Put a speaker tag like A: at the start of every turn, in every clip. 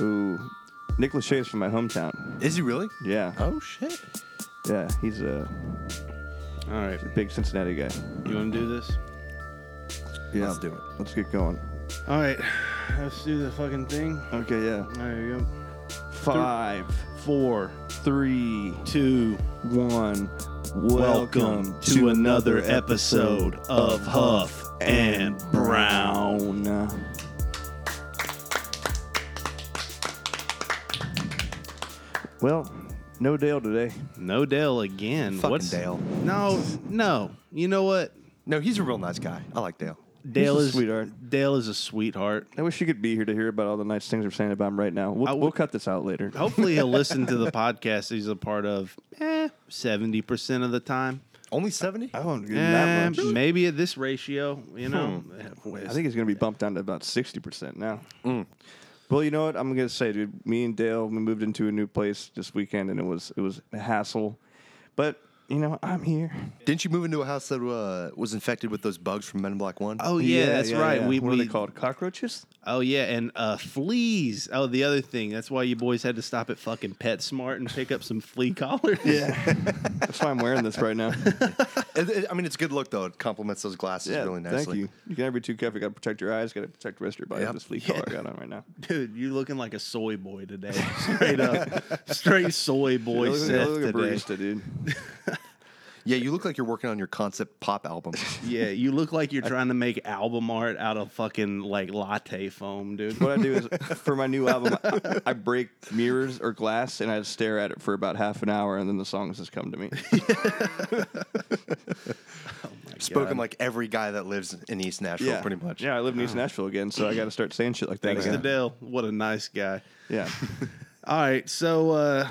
A: Ooh, Nick Lachey's from my hometown.
B: Is he really?
A: Yeah,
B: Oh shit!
A: yeah, he's a
C: All right,
A: big Cincinnati guy.
C: you want to do this?
A: Yeah,
B: Let's do it.
A: Let's get going.
C: All right, let's do the fucking thing.
A: Okay, yeah.
C: There you go.
A: Five,
C: Four,
A: three,
C: two.
A: one.
C: Welcome to another episode of Huff and Brown.
A: Brown. Well, no Dale today.
C: No Dale again.
B: Fucking
C: What's
B: Dale.
C: No, no. You know what?
B: No, he's a real nice guy. I like Dale.
C: Dale
A: a
C: is
A: sweetheart.
C: Dale is a sweetheart.
A: I wish you could be here to hear about all the nice things we're saying about him right now. We'll,
C: I would-
A: we'll cut this out later.
C: Hopefully, he'll listen to the podcast. He's a part of eh, seventy percent of the time.
B: Only seventy.
A: I won't give him
C: Eh,
A: that much. Hmm.
C: maybe at this ratio, you know.
A: I think he's going to be bumped down to about 60% now.
C: Mm.
A: Well, you know what? I'm going to say, dude, me and Dale, we moved into a new place this weekend and it was it was a hassle. But, you know, I'm here.
B: Didn't you move into a house that uh, was infected with those bugs from Men in Black One?
C: Oh yeah, that's right.
A: yeah.
C: We,
A: what
C: we
A: are they called? Cockroaches?
C: Oh yeah, and uh, fleas. Oh, the other thing. That's why you boys had to stop at fucking PetSmart and pick up some flea collars.
A: Yeah. that's why I'm wearing this right now.
B: It- it- I mean, it's good look though. It complements those glasses
A: yeah,
B: really
A: thank
B: nicely.
A: you. You got to be too careful. Got to protect your eyes. Got to protect the rest of your body.
B: Yep.
A: This flea
B: Yeah.
A: collar I got on right now.
C: Dude, you looking like a soy boy today. Straight up. Straight soy boy
A: I look, I
C: Seth
A: look like a
C: today.
A: barista, dude.
B: Yeah, you look like you're working on your concept pop album.
C: Yeah, you look like you're trying to make album art out of fucking like latte foam, dude.
A: What I do is for my new album, I, I break mirrors or glass and I stare at it for about half an hour, and then the songs just come to me.
B: Spoken like every guy that lives in East Nashville, pretty much.
A: Yeah, I live in East Nashville again, so I got to start saying shit like that
C: Thanks to
A: again.
C: Dale. What a nice guy.
A: Yeah.
C: All right, so uh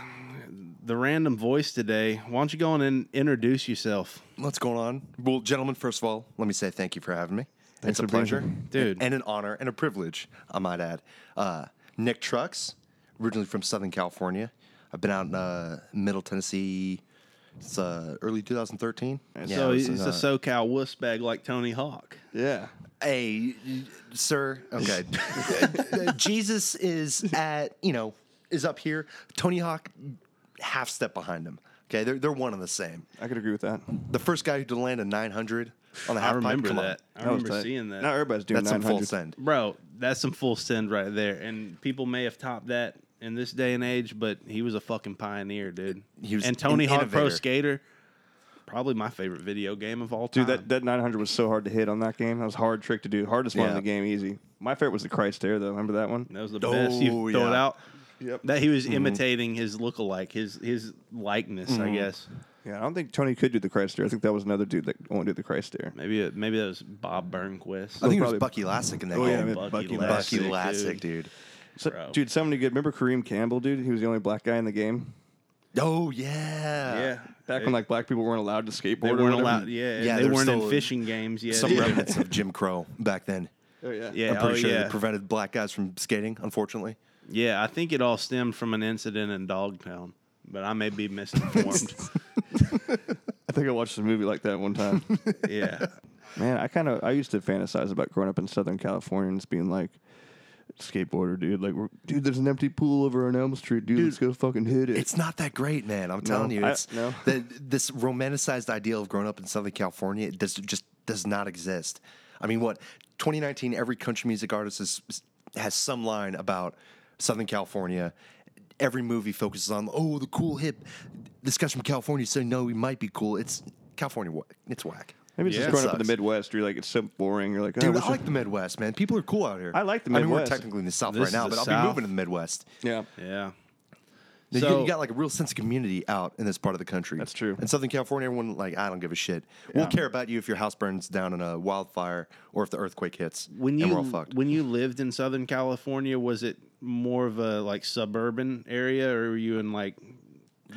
C: the random voice today. Why don't you go on and introduce yourself?
B: What's going on? Well, gentlemen, first of all, let me say thank you for having me.
A: Thanks
B: it's a
A: for being
B: pleasure,
C: here. Dude.
B: and an honor and a privilege, I might add. Uh, Nick Trucks, originally from Southern California. I've been out in uh, Middle Tennessee since uh, early 2013.
C: so
B: I was
C: he's
B: in,
C: a
B: uh,
C: SoCal wuss bag like Tony Hawk.
A: Yeah.
B: hey, sir. Okay, Jesus is at you know is up here. Tony Hawk, half step behind him. Okay, they're they're one and the same.
A: I could agree with that.
B: The first guy to land a 900 on the half
C: I
B: pipe,
C: remember
B: come on.
C: that. I
A: That was
C: remember
A: tight.
C: seeing that.
A: Not everybody's doing
B: That's some full
A: 900.
B: send.
C: Bro, that's some full send right there. And people may have topped that in this day and age, but he was a fucking pioneer, dude.
B: He was
C: and Tony
B: an
C: Hawk Pro
B: innovator.
C: Skater, probably my favorite video game of all time.
A: Dude, that, that 900 was so hard to hit on that game. That was a hard trick to do. Hardest one in
B: Yeah.
A: the game, easy. My favorite was the Christ Air, though. Remember that one?
C: That was the
B: Oh,
C: best. You throw it
B: yeah. Mm-hmm.
C: out. That he was imitating his lookalike, his his likeness, I guess.
A: Yeah, I don't think Tony could do the Christ Air. I think that was another dude that only did the Christ Air.
C: Maybe it, maybe that was Bob Burnquist.
B: I
A: probably-
B: think it was Bucky Lassick in that
A: Oh, yeah, I
B: game.
A: mean,
C: Bucky
A: Bucky
C: Lassick.
B: Bucky
C: Lassick,
B: Lassick, dude.
A: So-
C: Bro.
A: dude, so many good. Remember Kareem Campbell, dude? He was the only black guy in the game.
B: Oh yeah.
C: yeah,
A: Back when like black people weren't allowed to skateboard.
C: they
A: or
C: weren't
A: whatever.
C: allowed. Yeah,
B: Yeah,
C: they
B: there was
C: weren't in
B: still
C: fishing games yet.
B: Some
C: Yeah.
B: remnants of Jim Crow back then.
A: Oh, yeah.
C: Yeah,
B: I'm pretty
C: oh,
B: sure
C: yeah.
B: they prevented black guys from skating, unfortunately.
C: Yeah, I think it all stemmed from an incident in Dogtown, but I may be misinformed.
A: I think I watched a movie like that one time.
C: yeah.
A: Man, I kind of I used to fantasize about growing up in Southern California and just being like skateboarder, dude. Like, we're, dude, there's an empty pool over on Elm Street, dude. let's go fucking hit it.
B: It's not that great, man. I'm telling you,
A: I-
B: it's
A: no.
B: the, this romanticized ideal of growing up in Southern California. It does, just does not exist. I mean, what 2019? Every country music artist is, has some line about Southern California. Every movie focuses on oh the cool hip. This guy's from California, so no, he might be cool. It's California. wha- It's whack.
A: Maybe it's
C: Yeah.
A: just growing up in
B: Sucks.
A: the Midwest. You're like, it's so boring. You're like, oh,
B: Dude,
A: what's
B: I
A: your-
B: like the Midwest, man. People are cool out here.
A: I like the
B: I mean, we're
A: Midwest.
B: technically in the South
C: This
B: right
C: is
B: now,
C: the
B: but I'll
C: South.
B: be moving to the Midwest.
A: yeah.
C: Yeah.
B: You-
C: So-
B: you got like a real sense of community out in this part of the country.
A: That's true.
B: In Southern California, everyone like I don't give a shit. We'll care about you if your house burns down in a wildfire or if the earthquake hits.
C: When
B: and
C: you
B: we're all fucked.
C: when you lived in Southern California, was it more of a like suburban area, or were you in like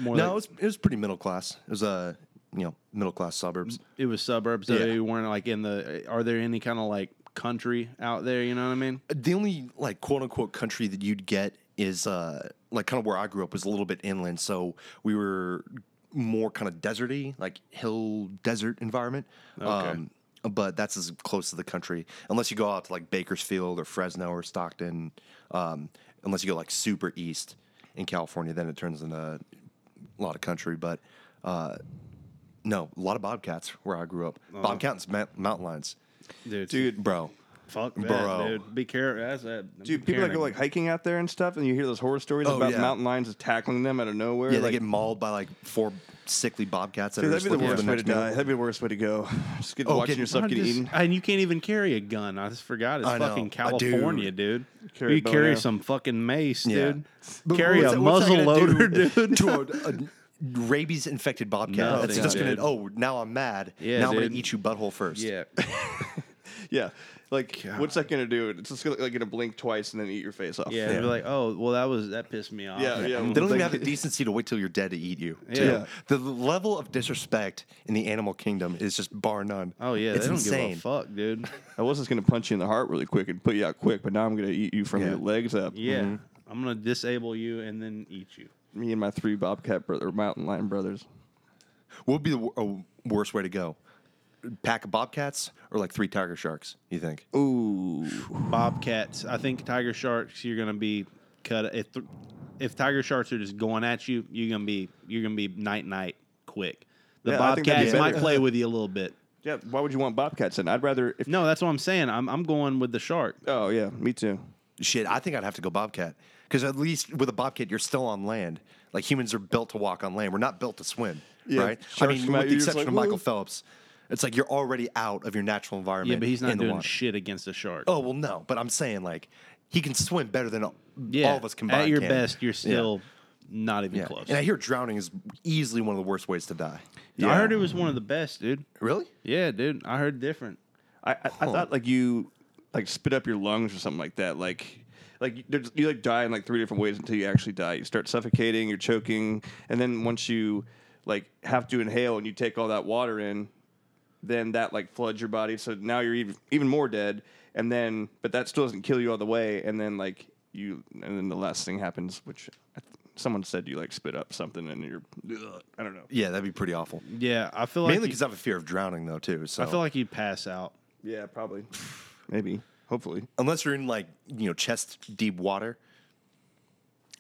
C: more?
B: no,
C: like-
B: it was, it was pretty middle class. It was uh, you know middle class suburbs.
C: it was suburbs. So
B: Yeah.
C: you weren't like in the. Are there any kind of like country out there? You know what I mean?
B: The only like quote unquote country that you'd get is uh like kind of where I grew up was a little bit inland, so we were more kind of deserty, like hill desert environment. Um, but that's as close to the country, unless you go out to like Bakersfield or Fresno or Stockton. Um, unless you go like super east in California, then it turns into a lot of country. But uh, no, a lot of bobcats where I grew up. Bobcats, ma- mountain lions,
C: dude.
A: dude.
B: bro.
C: fuck that,
B: bro.
C: dude. Be careful. That's that.
A: Dude, people that go like hiking out there and stuff, and you hear those horror stories
B: Oh,
A: about
B: yeah.
A: mountain lions attacking them out of nowhere.
B: Yeah, they
A: like,
B: get mauled by like four sickly bobcats that
A: dude,
B: are
A: that'd
B: just
A: be the
B: looking for
A: worst
B: the
A: way to
B: next meal.
A: die. That'd be the worst way to go. Just get,
B: Oh,
A: watching
B: get-
A: yourself get
C: just,
A: eaten.
C: And you can't even carry a gun. I just forgot. It's
B: I know.
C: fucking
B: Uh, dude.
C: California, dude.
A: Carry a
C: you
A: bow and
C: carry
A: arrow.
C: some fucking mace,
B: Yeah.
C: dude.
B: But
C: carry
B: what's
C: a
B: that- what's that
C: muzzle
B: gonna do
C: loader, dude.
B: to a, a rabies infected bobcat.
C: Nothing,
B: That's just
C: dude.
B: gonna. Oh, now I'm mad.
C: Yeah,
B: now I'm
C: dude.
B: gonna eat you butthole first.
C: yeah.
A: yeah, like what's that gonna do? It's just gonna, like gonna blink twice and then eat your face off.
C: Yeah. Be like, oh, well, that was that pissed me off.
A: Yeah, yeah.
B: They don't even have the decency to wait till you're dead to eat you. too.
C: Yeah.
B: The level of disrespect in the animal kingdom is just bar none.
C: Oh yeah,
B: It's
C: they don't
B: insane.
C: give a fuck, dude.
A: I was just gonna punch you in the heart really quick and put you out quick, but now I'm gonna eat you from
B: Yeah.
A: your legs up. Mm-hmm.
C: Yeah, I'm gonna disable you and then eat you.
A: Me and my three bobcat brother, mountain lion brothers.
B: What would be the wor- a worst way to go? Pack of bobcats or like three tiger sharks? You think?
A: Ooh,
C: Bobcats. I think tiger sharks. You're gonna be cut if th- if tiger sharks are just going at you. You're gonna be you're gonna be night night quick. The
A: Yeah, I think that'd be
C: bobcats might
A: better.
C: play with you a little bit.
A: yeah. Why would you want bobcats? in? I'd rather. If,
C: No, that's what I'm saying. I'm I'm going with the shark.
A: oh yeah, me too.
B: Shit, I think I'd have to go bobcat because at least with a bobcat you're still on land. Like humans are built to walk on land. We're not built to swim,
A: Yeah,
B: right? I
A: sharks
B: mean,
A: come out,
B: with the
A: you're just
B: exception
A: like,
B: of Michael
A: "Whoa."
B: Phelps, it's like you're already out of your natural environment.
C: Yeah, but he's not
B: in the
C: doing
B: water.
C: shit against a shark.
B: Oh well, no. But I'm saying like he can swim better than all,
C: yeah.
B: all of us combined.
C: At your
B: can.
C: best, you're
B: Yeah.
C: still not even
B: Yeah.
C: close.
B: And I hear drowning is easily one of the worst ways to die.
C: I heard it was one of the best, dude.
B: Really?
C: Yeah, dude. I heard different.
A: I, I, I thought like you like spit up your lungs or something like that. Like like there's, you like die in like three different ways until you actually die. You start suffocating, you're choking, and then once you like have to inhale and you take all that water in, then that like floods your body. So now you're even even more dead. And then but that still doesn't kill you all the way. And then like you and then the last thing happens, which I th- someone said you like spit up something and you're ugh, I don't know.
B: Yeah, that'd be pretty awful.
C: Yeah, I feel like
B: Mainly
C: you-
B: because I have a fear of drowning though too. So
C: I feel like you'd pass out.
A: Yeah, probably, maybe, hopefully.
B: unless you're in like you know chest deep water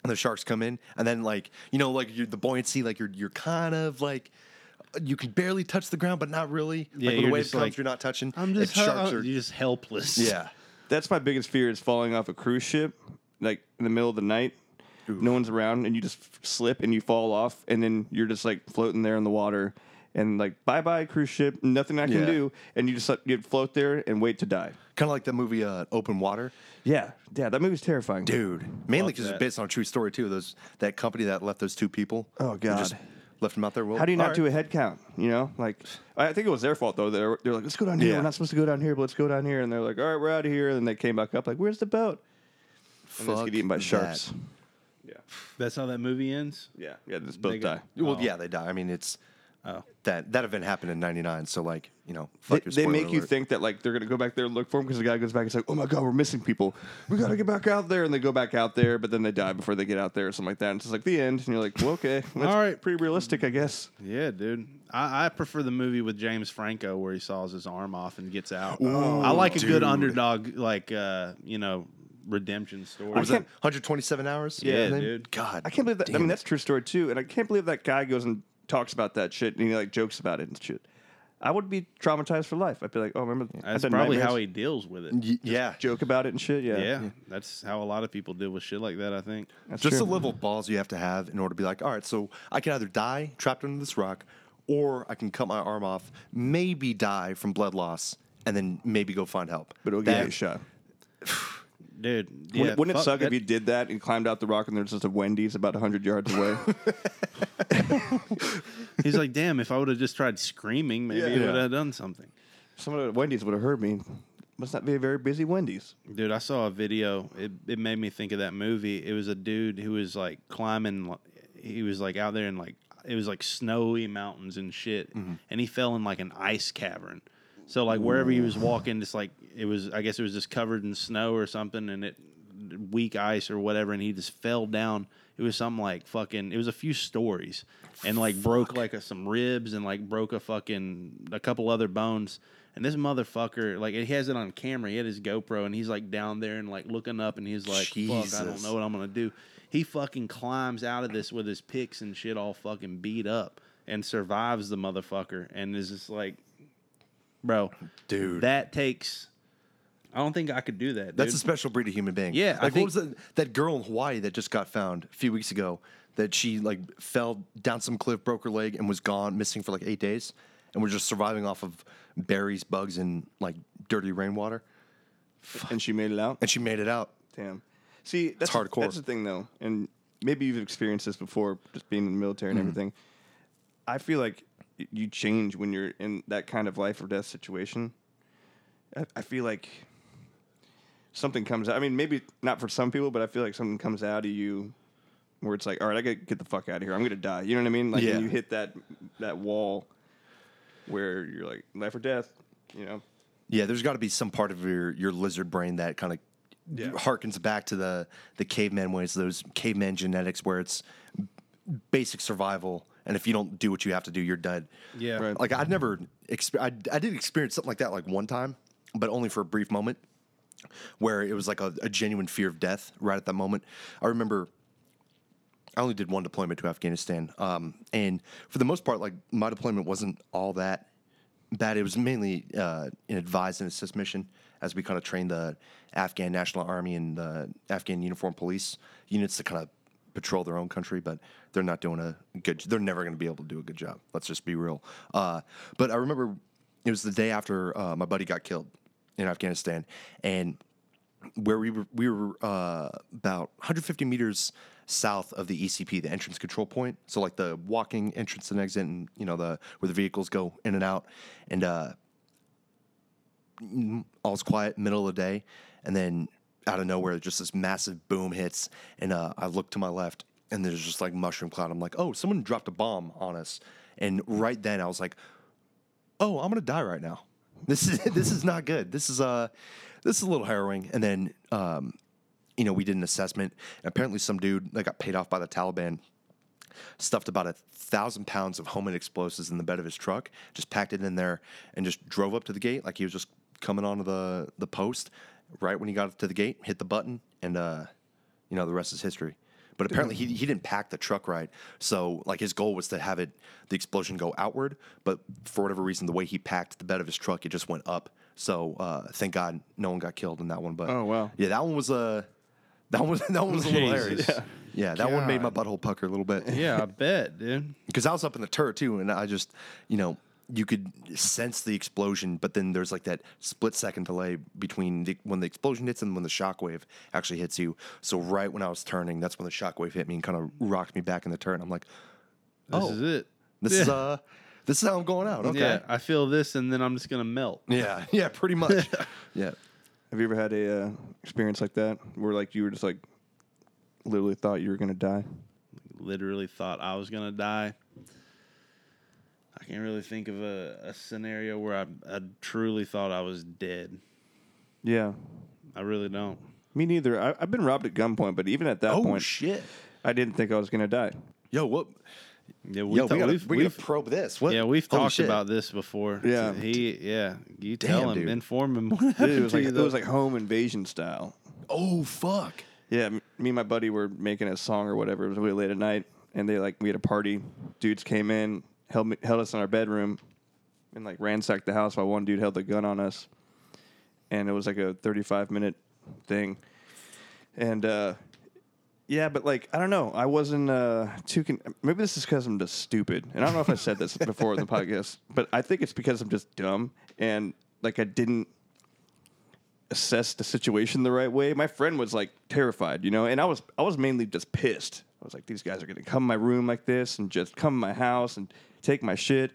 B: and the sharks come in and then like you know like you the buoyancy like you're you're kind of like you can barely touch the ground but not really
C: Yeah,
B: like when
C: you're
B: the wave
C: just
B: comes
C: like,
B: you're not touching
C: I'm just
B: And
C: sharks are, you're just helpless.
B: yeah
A: That's my biggest fear is falling off a cruise ship, like in the middle of the night. No one's around, and you just f- slip and you fall off, and then you're just like floating there in the water, and like bye bye cruise ship, nothing I can
B: Yeah.
A: do, and you just like, you float there and wait to die.
B: kind of like the movie uh, open water
A: Yeah, yeah, that movie's terrifying,
B: dude mainly
C: Fuck
B: because it's
C: that.
B: based on a true story too those that company that left those two people
A: Oh,
B: who just
A: God.
B: left them out there well, uh,
A: How do you not
B: alright.
A: do a head count? You know, like I think it was their fault though. They're they're like, let's go down here.
B: Yeah.
A: We're not supposed to go down here, but let's go down here. And they're like, all right, we're out of here. And then they came back up, like, where's the boat? And they just
B: Fuck
A: get eaten by
B: that.
A: sharks.
C: That's how that movie ends.
A: Yeah, yeah, this boat
C: They
A: die.
C: got-
B: well yeah they die i mean it's that that event happened in 99 so like you know
A: Oh. they,
B: fuck your
A: they
B: spoiler
A: make you
B: alert.
A: think that like they're gonna go back there and look for him because the guy goes back. It's like, oh my god, we're missing people. We gotta get back out there, and they go back out there, but then they die before they get out there or something like that. And it's just like the end, and you're like, well, okay, that's
C: All right.
A: pretty realistic, I guess.
C: Yeah, dude. I, I prefer the movie with James Franco where he saws his arm off and gets out. I like a good underdog, like uh, you know, redemption story.
B: What was that 127 hours?
C: Yeah,
B: And then-
C: dude.
B: God,
A: I can't believe that. I
B: damn
A: mean,
B: it.
A: that's a true story too, and I can't believe that guy goes and talks about that shit and he like jokes about it and shit. I would be traumatized for life. I'd be like, oh, remember I
C: That's
A: had
C: probably
A: nightmares.
C: how he deals with it.
B: Y- yeah.
A: joke about it and shit. Yeah,
C: Yeah, that's how a lot of people deal with shit like that. I think.
A: That's
B: Just
A: true.
B: the level of balls you have to have in order to be like, all right, so I can either die trapped under this rock, or I can cut my arm off, maybe die from blood loss, and then maybe go find help.
A: but it'll
B: That-
A: give you a shot.
C: Dude, yeah,
A: Wouldn't- Wouldn't it
C: fuck
A: suck if
C: that-
A: you did that and climbed out the rock and there's just a Wendy's about 100 yards away?
C: He's like, damn, if I would have just tried screaming, maybe
A: Yeah.
C: it would
B: Yeah.
C: have done something.
A: Someone at Wendy's would have heard me. Must not be a very busy Wendy's.
C: Dude, I saw a video. It, it made me think of that movie. It was a dude who was like climbing. li- He was like out there in like it was like snowy mountains and shit,
A: Mm-hmm.
C: and he fell in like an ice cavern. So like wherever he was walking, just like it was. I guess it was just covered in snow or something, and it weak ice or whatever, and he just fell down. It was some like fucking. It was a few stories, and like broke like a, some ribs and like broke a fucking a couple other bones. And this motherfucker, like, he has it on camera. He had his GoPro, and he's like down there and like looking up, and he's like, "Fuck, I don't
B: Jesus.
C: know what I'm gonna do." He fucking climbs out of this with his picks and shit all fucking beat up, and survives the motherfucker, and is just like, bro,
B: Dude.
C: that takes. I don't think I could do that.
B: That's
C: dude.
B: a special breed of human being.
C: Yeah,
B: like
C: I
B: what was that, that girl in Hawaii that just got found a few weeks ago? That she like fell down some cliff, broke her leg, and was gone, missing for like eight days, and was just surviving off of berries, bugs, and like dirty rainwater.
A: and she made it out.
B: And she made it out.
A: Damn. See, that's
B: hardcore.
A: That's the thing, though, and maybe you've experienced this before, just being in the military and
B: Mm-hmm.
A: everything. I feel like y- you change when you're in that kind of life or death situation. I, I feel like something comes out. I mean, maybe not for some people, but I feel like something comes out of you where it's like, all right, I gotta get the fuck out of here. I'm gonna die. You know what I mean? Like
B: Yeah.
A: when you hit that that wall where you're like life or death. You know,
B: Yeah, there's got to be some part of your your lizard brain that kind of
A: Yeah.
B: harkens back to the the caveman ways, those caveman genetics where it's basic survival, and if you don't do what you have to do, you're dead.
C: Yeah.
A: Right.
B: like I'd never exp- I, I did experience something like that like one time, but only for a brief moment, where it was like a, a genuine fear of death right at that moment. I remember I only did one deployment to Afghanistan, um, and for the most part, like my deployment wasn't all that bad. It was mainly uh, an advise and assist mission as we kind of trained the Afghan National Army and the Afghan Uniform Police units to kind of patrol their own country, but they're not doing a good. They're never going to be able to do a good job. Let's just be real. Uh, but I remember it was the day after uh, my buddy got killed in Afghanistan, and where we were, we were uh, about 150 meters south of the ECP, the entrance control point. So like the walking entrance and exit, and you know the where the vehicles go in and out, and uh, mm, all's quiet, middle of the day, and then out of nowhere, just this massive boom hits, and uh, I look to my left, and there's just like mushroom cloud. I'm like, oh, someone dropped a bomb on us, and right then I was like, oh, I'm gonna die right now. This is this is not good. This is uh this is a little harrowing. And then um, you know, we did an assessment. apparently, some dude that got paid off by the Taliban stuffed about a thousand pounds of homemade explosives in the bed of his truck, just packed it in there, and just drove up to the gate like he was just coming onto the the post. Right when he got up to the gate, hit the button, and uh, you know the rest is history. But apparently he, he didn't pack the truck right, so like his goal was to have it the explosion go outward. But for whatever reason, the way he packed the bed of his truck, it just went up. So uh, thank God no one got killed in that one. But
A: Oh, wow.
B: yeah, that one was a that one that one was a little
C: Jesus.
B: hilarious. Yeah,
C: Yeah.
B: that one made my butthole pucker a little bit
C: Yeah, I bet, dude.
B: because I was up in the turret too, and I just, you know, you could sense the explosion, but then there's like that split second delay between the, when the explosion hits and when the shockwave actually hits you. So right when I was turning, that's when the shockwave hit me and kind of rocked me back in the turret. I'm like,
C: This
B: Oh.
C: is it.
B: this is uh, this is how I'm going out. Okay.
C: Yeah, I feel this, and then I'm just gonna melt.
B: Yeah, yeah, pretty much. yeah.
A: Have you ever had a uh, experience like that where like you were just like literally thought you were gonna die?
C: Literally thought I was gonna die. I can't really think of a, a scenario where I, I truly thought I was dead.
A: Yeah,
C: I really don't.
A: me neither. I, I've been robbed at gunpoint, but even at that
B: Oh
A: point,
B: shit.
A: I didn't think I was gonna die.
B: Yo, what?
C: Yeah, we
B: Yo,
C: thought-
B: we gotta,
C: we've-
B: we gotta
C: we've-
B: probe this. What?
C: yeah, we've
B: Holy
C: talked
B: shit.
C: about this before.
A: Yeah.
C: he, yeah, you tell
B: Damn,
C: him,
B: dude.
C: inform him. What happened
A: Dude, it was
C: to
A: like
C: you,
A: it
C: though.
A: was like home invasion style.
B: Oh fuck.
A: Yeah, m- me and my buddy were making a song or whatever. It was really late at night, and they like we had a party. Dudes came in, held me, held us in our bedroom, and like ransacked the house while one dude held a gun on us, and it was like a thirty-five minute thing, and uh, yeah, but like I don't know, I wasn't uh, too. Con- Maybe this is because I'm just stupid, and I don't know if I said this before in the podcast, but I think it's because I'm just dumb and like I didn't assess the situation the right way. My friend was like terrified, you know, and I was I was mainly just pissed. I was like, these guys are gonna come in my room like this and just come in my house and take my shit.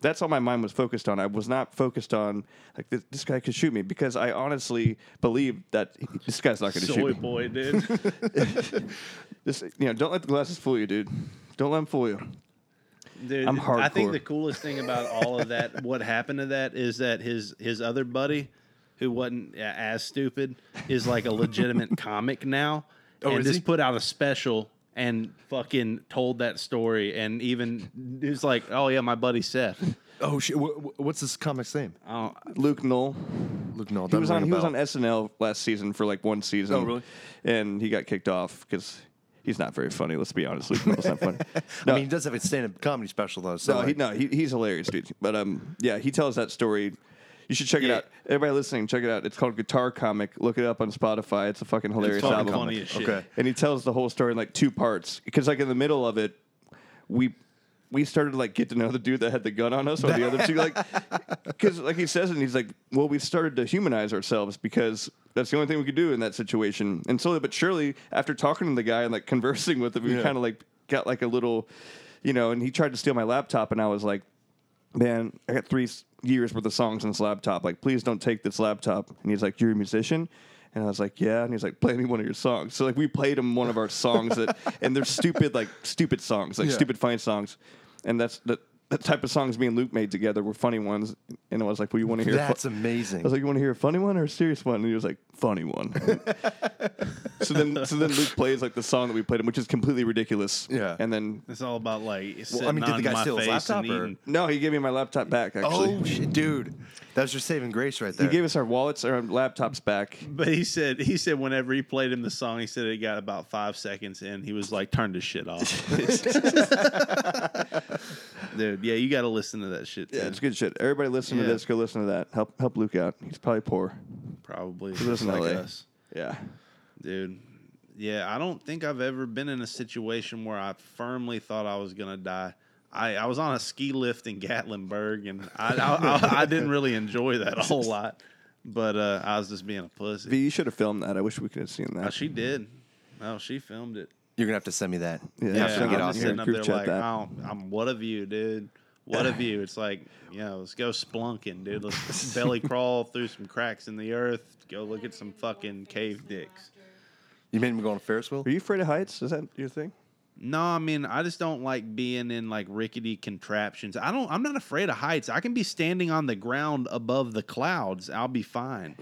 A: That's all my mind was focused on. I was not focused on like this, this guy could shoot me because I honestly believed that this guy's not gonna
C: soy
A: shoot me.
C: boy, dude.
A: Just you know, don't let the glasses fool you, dude. Don't let them fool you.
C: Dude,
A: I'm
C: I think
A: hardcore.
C: the coolest thing about all of that, what happened to that, is that his his other buddy, who wasn't a- as stupid, is like a legitimate comic now,
B: Oh,
C: and
B: is
C: just
B: he?
C: put out a special and fucking told that story, and even he's like, "Oh yeah, my buddy Seth."
B: Oh shit! Wh- wh- what's this comic's name?
C: I don't,
A: Luke Knoll.
B: Luke Null.
A: He was on. He was on SNL last season for like one season.
B: Oh, really?
A: And he got kicked off because he's not very funny. Let's be honest, Luke Knoll's not funny.
B: I mean, uh, he does have a stand-up comedy special though. So
A: No, he,
B: like,
A: no, he, he's hilarious, dude. But um, yeah, he tells that story. You should check it
C: Yeah.
A: out. Everybody listening, check it out. It's called Guitar Comic. Look it up on Spotify. It's a fucking hilarious
C: fucking
A: album.
C: funny as shit.
B: Okay.
A: And he tells the whole story in like two parts because like in the middle of it, we we started to like get to know the dude that had the gun on us while the other two like because like he says it and he's like well we started to humanize ourselves because that's the only thing we could do in that situation and slowly but surely after talking to the guy and like conversing with him we kind of like got like a little you know and he tried to steal my laptop and I was like man, I got three s- years worth of songs on this laptop. Like, please don't take this laptop. And he's like, you're a musician? And I was like, yeah. And he's like, play me one of your songs. So like, we played him one of our songs that, and they're stupid, like stupid songs, like
B: Yeah.
A: stupid funny songs. And that's the, the type of songs me and Luke made together were funny ones. And I was like, well, you want to hear? a fu-
B: that's amazing.
A: I was like, you want to hear a funny one or a serious one? And he was like, funny one. so then, so then Luke plays like the song that we played him, which is completely ridiculous.
B: Yeah.
A: And then
C: it's all about like sitting
B: mean, did the
C: on
B: guy
C: my
B: steal his
C: face and
B: laptop, or-
C: eating.
A: no, he gave me my laptop back. Actually,
B: oh shit, dude, that was your saving grace right there.
A: He gave us our wallets, our laptops back.
C: But he said he said whenever he played him the song, he said it got about five seconds in. He was like, "Turn this shit off, dude." Yeah, you got to listen to that shit.
A: Yeah,
C: too.
A: it's good shit. Everybody listen to
C: Yeah.
A: this. Go listen to that. Help help Luke out. He's probably poor.
C: probably
A: lives in
C: like
A: LA.
C: us,
A: Yeah.
C: dude. Yeah, I don't think I've ever been in a situation where I firmly thought I was gonna die. I, I was on a ski lift in Gatlinburg, and I I, I, I didn't really enjoy that a whole lot. But uh, I was just being a pussy.
A: V, you should have filmed that. I wish we could have seen
C: Oh,
A: that.
C: she did. Oh, she filmed it.
B: You're gonna have to send me that.
A: Yeah,
B: after we get
A: I'm
B: off
A: here.
B: here.
C: sitting up
A: Group
C: there
A: chat
C: like,
A: that.
C: I don't, I'm what of you, dude. What of you? It's like, you know, let's go splunking, dude. Let's belly crawl through some cracks in the earth. Go look at some fucking cave dicks.
B: You made me go on a Ferris wheel.
A: Are you afraid of heights? Is that your thing?
C: No, I mean, I just don't like being in like rickety contraptions. I don't. I'm not afraid of heights. I can be standing on the ground above the clouds. I'll be fine.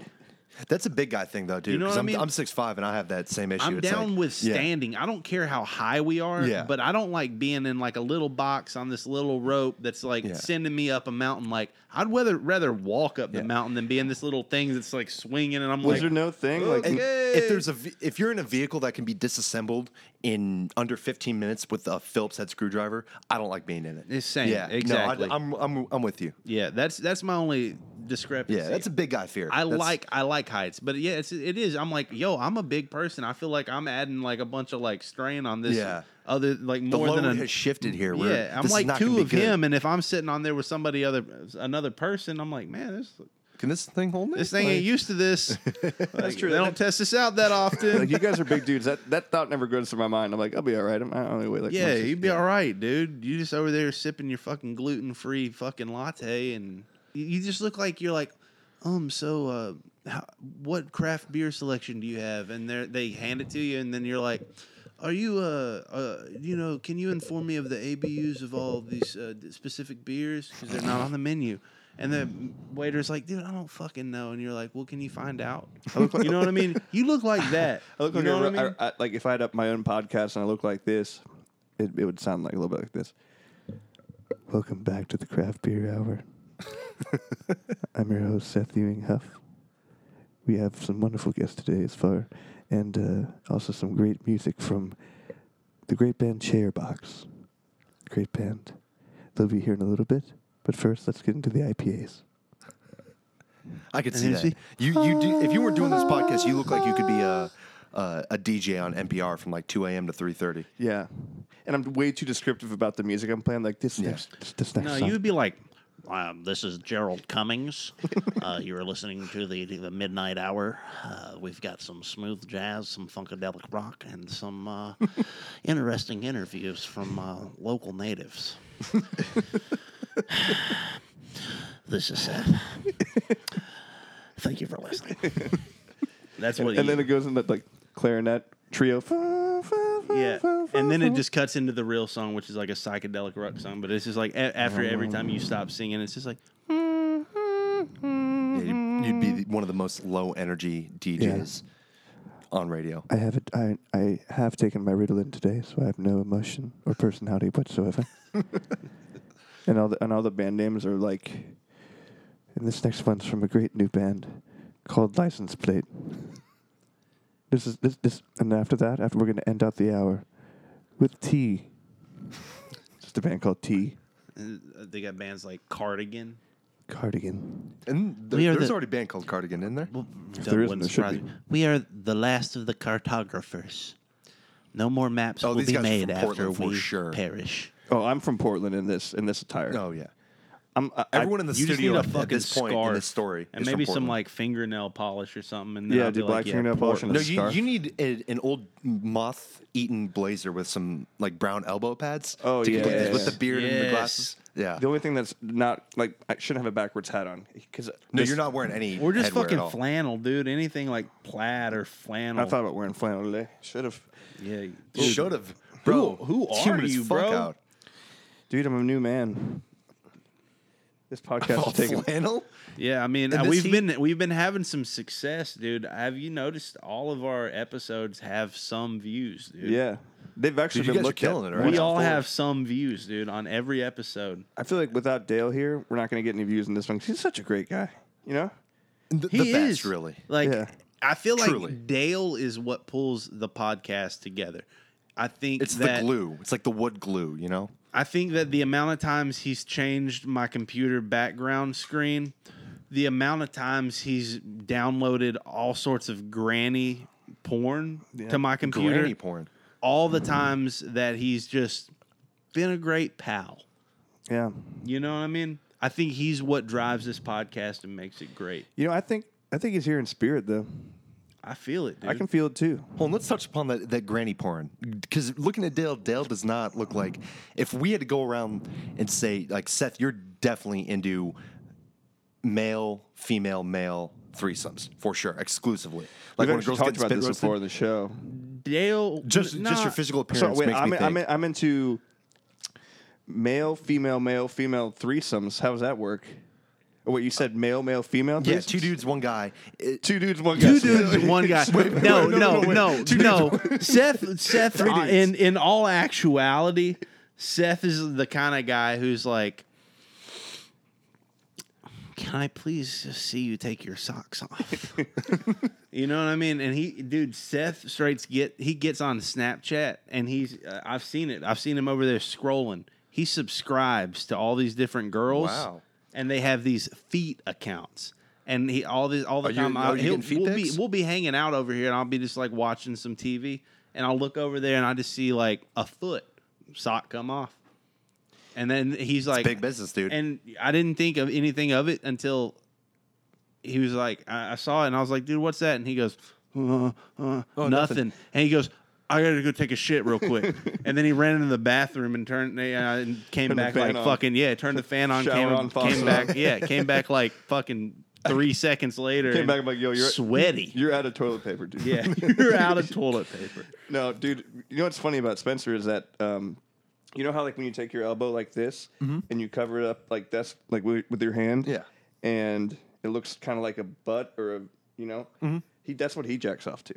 B: That's a big guy thing though, dude.
C: know
B: 'cause
C: what I
B: I'm,
C: mean?
B: I'm 6'5 and I have that same issue.
C: I'm
B: It's
C: down
B: like-
C: with
B: Yeah.
C: standing. I don't care how high we are,
B: Yeah.
C: but I don't like being in like a little box on this little rope that's like
B: Yeah.
C: sending me up a mountain. Like I'd rather rather walk up the
B: Yeah.
C: mountain than be in this little thing that's like swinging. And I'm
A: Was
C: like,
A: there no thing? Like,
B: And
C: Okay.
B: if there's a ve- if you're in a vehicle that can be disassembled in under 15 minutes with a Phillips head screwdriver, I don't like being in it.
C: It's same,
B: Yeah,
C: exactly.
B: No, I, am I'm I'm with you.
C: yeah, that's that's my only discrepancy.
B: Yeah, that's a big guy fear.
C: I
B: That's-
C: like I like heights, but yeah, it's it is. I'm like, yo, I'm a big person. I feel like I'm adding like a bunch of like strain on this.
B: Yeah.
C: Other like
B: the
C: more
B: load
C: than a,
B: has shifted here. Where
C: yeah, I'm
B: this is
C: like
B: not
C: two
B: gonna be
C: of
B: good.
C: him, and if I'm sitting on there with somebody other another person, I'm like, man, this
B: Can this thing hold me?
C: this thing ain't
B: Like,
C: used to this. That's
A: true.
C: They don't test this out that
A: like,
C: often.
A: you guys are big dudes. That that thought never goes through my mind. I'm like, I'll be all right. I'm, I only weigh like
C: yeah,
A: 160.
C: you'd be all right, dude. You just over there sipping your fucking gluten free fucking latte, and you- you just look like you're like, um, so uh, how, what craft beer selection do you have? And they they hand it to you, and then you're like. Are you, uh, uh, you know, can you inform me of the ABUs of all of these uh, d- specific beers? Because they're not on the menu. And the waiter's like, dude, I don't fucking know. And you're like, well, can you find out? you know what I mean? You look like that.
A: I look
C: you
A: like,
C: know
A: a-
C: what I mean?
A: I- I- like if I had up my own podcast and I looked like this, it, it would sound like a little bit like this. Welcome back to the Craft Beer Hour. I'm your host Seth Ewing Huff. We have some wonderful guests today, as far, and uh, also some great music from the great band Chairbox. Great band. They'll be here in a little bit, but first, let's get into the IPAs.
B: I could
C: And
B: see
C: you
B: that.
C: see-
B: You you do if you weren't doing this podcast, you look like you could be a a, a DJ on NPR from like 2 a.m. to 3:30.
A: Yeah, and I'm way too descriptive about the music I'm playing. Like this next, this next.
D: No,
A: song.
D: you would be like, um, this is Gerald Cummings. uh, you're listening to the, the midnight hour. Uh, we've got some smooth jazz, some funkadelic rock, and some uh, interesting interviews from uh, local natives. this is Seth. Thank you for listening.
C: That's what.
A: and
C: you-
A: then it goes in that like clarinet trio. Fa, fa, fa,
C: Yeah,
A: fa, fa,
C: and then it
A: fa.
C: just cuts into the real song, which is like a psychedelic rock song. But it's just like a- after every time you stop singing, it's just like
B: Yeah, you'd, you'd be the- one of the most low energy DJs on radio.
A: I have it. I I have taken my Ritalin today, so I have no emotion or personality whatsoever. And all the and all the band names are like. And this next one's from a great new band called License Plate. This is this this and after that, after we're gonna end out the hour with T. Just a band called T.
C: Uh, They got bands like Cardigan.
A: Cardigan.
B: And
D: We
B: there,
D: are
B: there's
D: the-
B: already a band called Cardigan in there.
A: If
C: That
A: there isn't,
C: wouldn't
A: there should
C: surprise
A: be.
C: me.
D: We are the last of the cartographers. No more maps
B: Oh,
D: will
B: these
D: be
B: guys are
D: made
B: from
D: after
B: Portland for
D: we
B: sure.
D: perish.
A: Oh, I'm from Portland in this in this attire.
B: Oh yeah.
A: I'm, I,
B: Everyone in the
C: You just need
B: studio
C: a
B: at, at
C: fucking
B: this point in
C: scarf
B: this story
C: and
B: is from
C: maybe some
B: Portland.
C: like fingernail polish or something. And then
A: Yeah,
C: I'll be
A: do black
C: like, yeah,
A: fingernail polish and
C: Portland.
B: No,
A: a
B: you,
A: scarf.
B: you need a, an old moth-eaten blazer with some like brown elbow pads.
A: Oh,
B: to complete
A: yeah,
B: this,
A: yeah,
B: with
A: yeah.
B: the beard and the
C: Yes.
B: glasses. Yeah.
A: The only thing that's not like I shouldn't have a backwards hat on because
B: No, you're not wearing any.
C: We're just
B: headwear at
C: fucking
B: all.
C: flannel, dude. Anything like plaid or flannel.
A: I thought about wearing flannel today. Should have.
C: yeah, dude.
B: Should have, bro.
C: who
B: it's
C: are
B: humid as
C: you,
B: fuck
C: bro?
B: Out.
A: Dude, I'm a new man. This podcast
B: All
A: is taking.
B: flannel.
C: Yeah, I mean,
B: And
C: uh,
B: this
C: we've
B: heat-
C: been we've been having some success, dude. Have you noticed all of our episodes have some views, dude?
A: Yeah, they've actually
B: Dude,
A: been
B: you guys are
A: looking.
B: killing it, right?
C: we
B: now,
C: all
B: forward.
C: have some views, dude, on every episode.
A: I feel like without Dale here, we're not going to get any views in this one. 'cause He's such a great guy, you know.
B: The,
C: He
B: the best,
C: is
B: really.
C: like
A: Yeah.
C: I feel like
B: Truly.
C: Dale is what pulls the podcast together. I think
B: It's
C: that
B: the glue. It's like the wood glue, you know.
C: I think that the amount of times he's changed my computer background screen, the amount of times he's downloaded all sorts of granny porn to my computer,
B: Granny porn.
C: all the times that he's just been a great pal.
A: Yeah,
C: You know what I mean? I think he's what drives this podcast and makes it great.
A: you know. I think I think he's here in spirit, though.
C: I feel it, dude.
A: I can feel it too.
B: Hold on, let's touch upon that, that granny porn. Because looking at Dale, Dale does not look like. If we had to go around and say, like, Seth, you're definitely into male, female, male threesomes for sure, exclusively.
A: We've
B: Like when a
A: actually
B: girl's
A: talked
B: getting
A: about
B: spit
A: this
B: roasted.
A: before in the show.
C: Dale,
B: Just,
C: nah,
B: just your physical appearance
A: So wait,
B: makes
A: I'm
B: me
A: in,
B: think.
A: I'm in, I'm into male, female, male, female threesomes. How does that work? Or what you said, male, male, female.
B: yeah,
A: threesomes?
B: two dudes, one guy. It-
A: two dudes, one guy.
C: Two dudes, one guy. no,
A: wait, no,
C: no,
A: no, wait.
C: no, no. Seth, Seth, uh, in in all actuality, Seth is the kind of guy who's like, "Can I please just see you take your socks off?" you know what I mean? And he, dude, Seth straights get he gets on Snapchat and he's uh, I've seen it. I've seen him over there scrolling. He subscribes to all these different girls.
B: Wow.
C: And they have these feet accounts. And he all this all the
B: Are you-
C: time I-
B: are you
C: he'll-
B: getting feet
C: we'll be
B: pics?
C: we'll be hanging out over here and I'll be just like watching some TV and I'll look over there and I just see like a foot sock come off. And then he's like
B: big business, dude.
C: And I didn't think of anything of it until he was like I, I saw it and I was like, dude, what's that? And he goes, uh, uh,
A: Oh,
C: nothing. And he goes, I gotta go take a shit real quick. and then he ran into the bathroom and turned uh, and came
A: Turned the
C: back
A: fan
C: like
A: on.
C: fucking yeah, turned the fan on,
A: Shower
C: came,
A: on, faucet
C: came
A: on.
C: back yeah, came back like fucking three seconds later.
A: Came
C: and
A: back I'm like, yo, you're
D: Sweaty.
A: You're out of toilet paper, dude.
C: yeah, you're out of toilet paper.
A: No, dude. You know what's funny about Spencer is that, um, you know how like when you take your elbow like this and you cover it up like that's like with, with your hand,
B: Mm-hmm. Yeah.
A: and it looks kind of like a butt or a you know
B: Mm-hmm.
A: he that's what he jacks off to.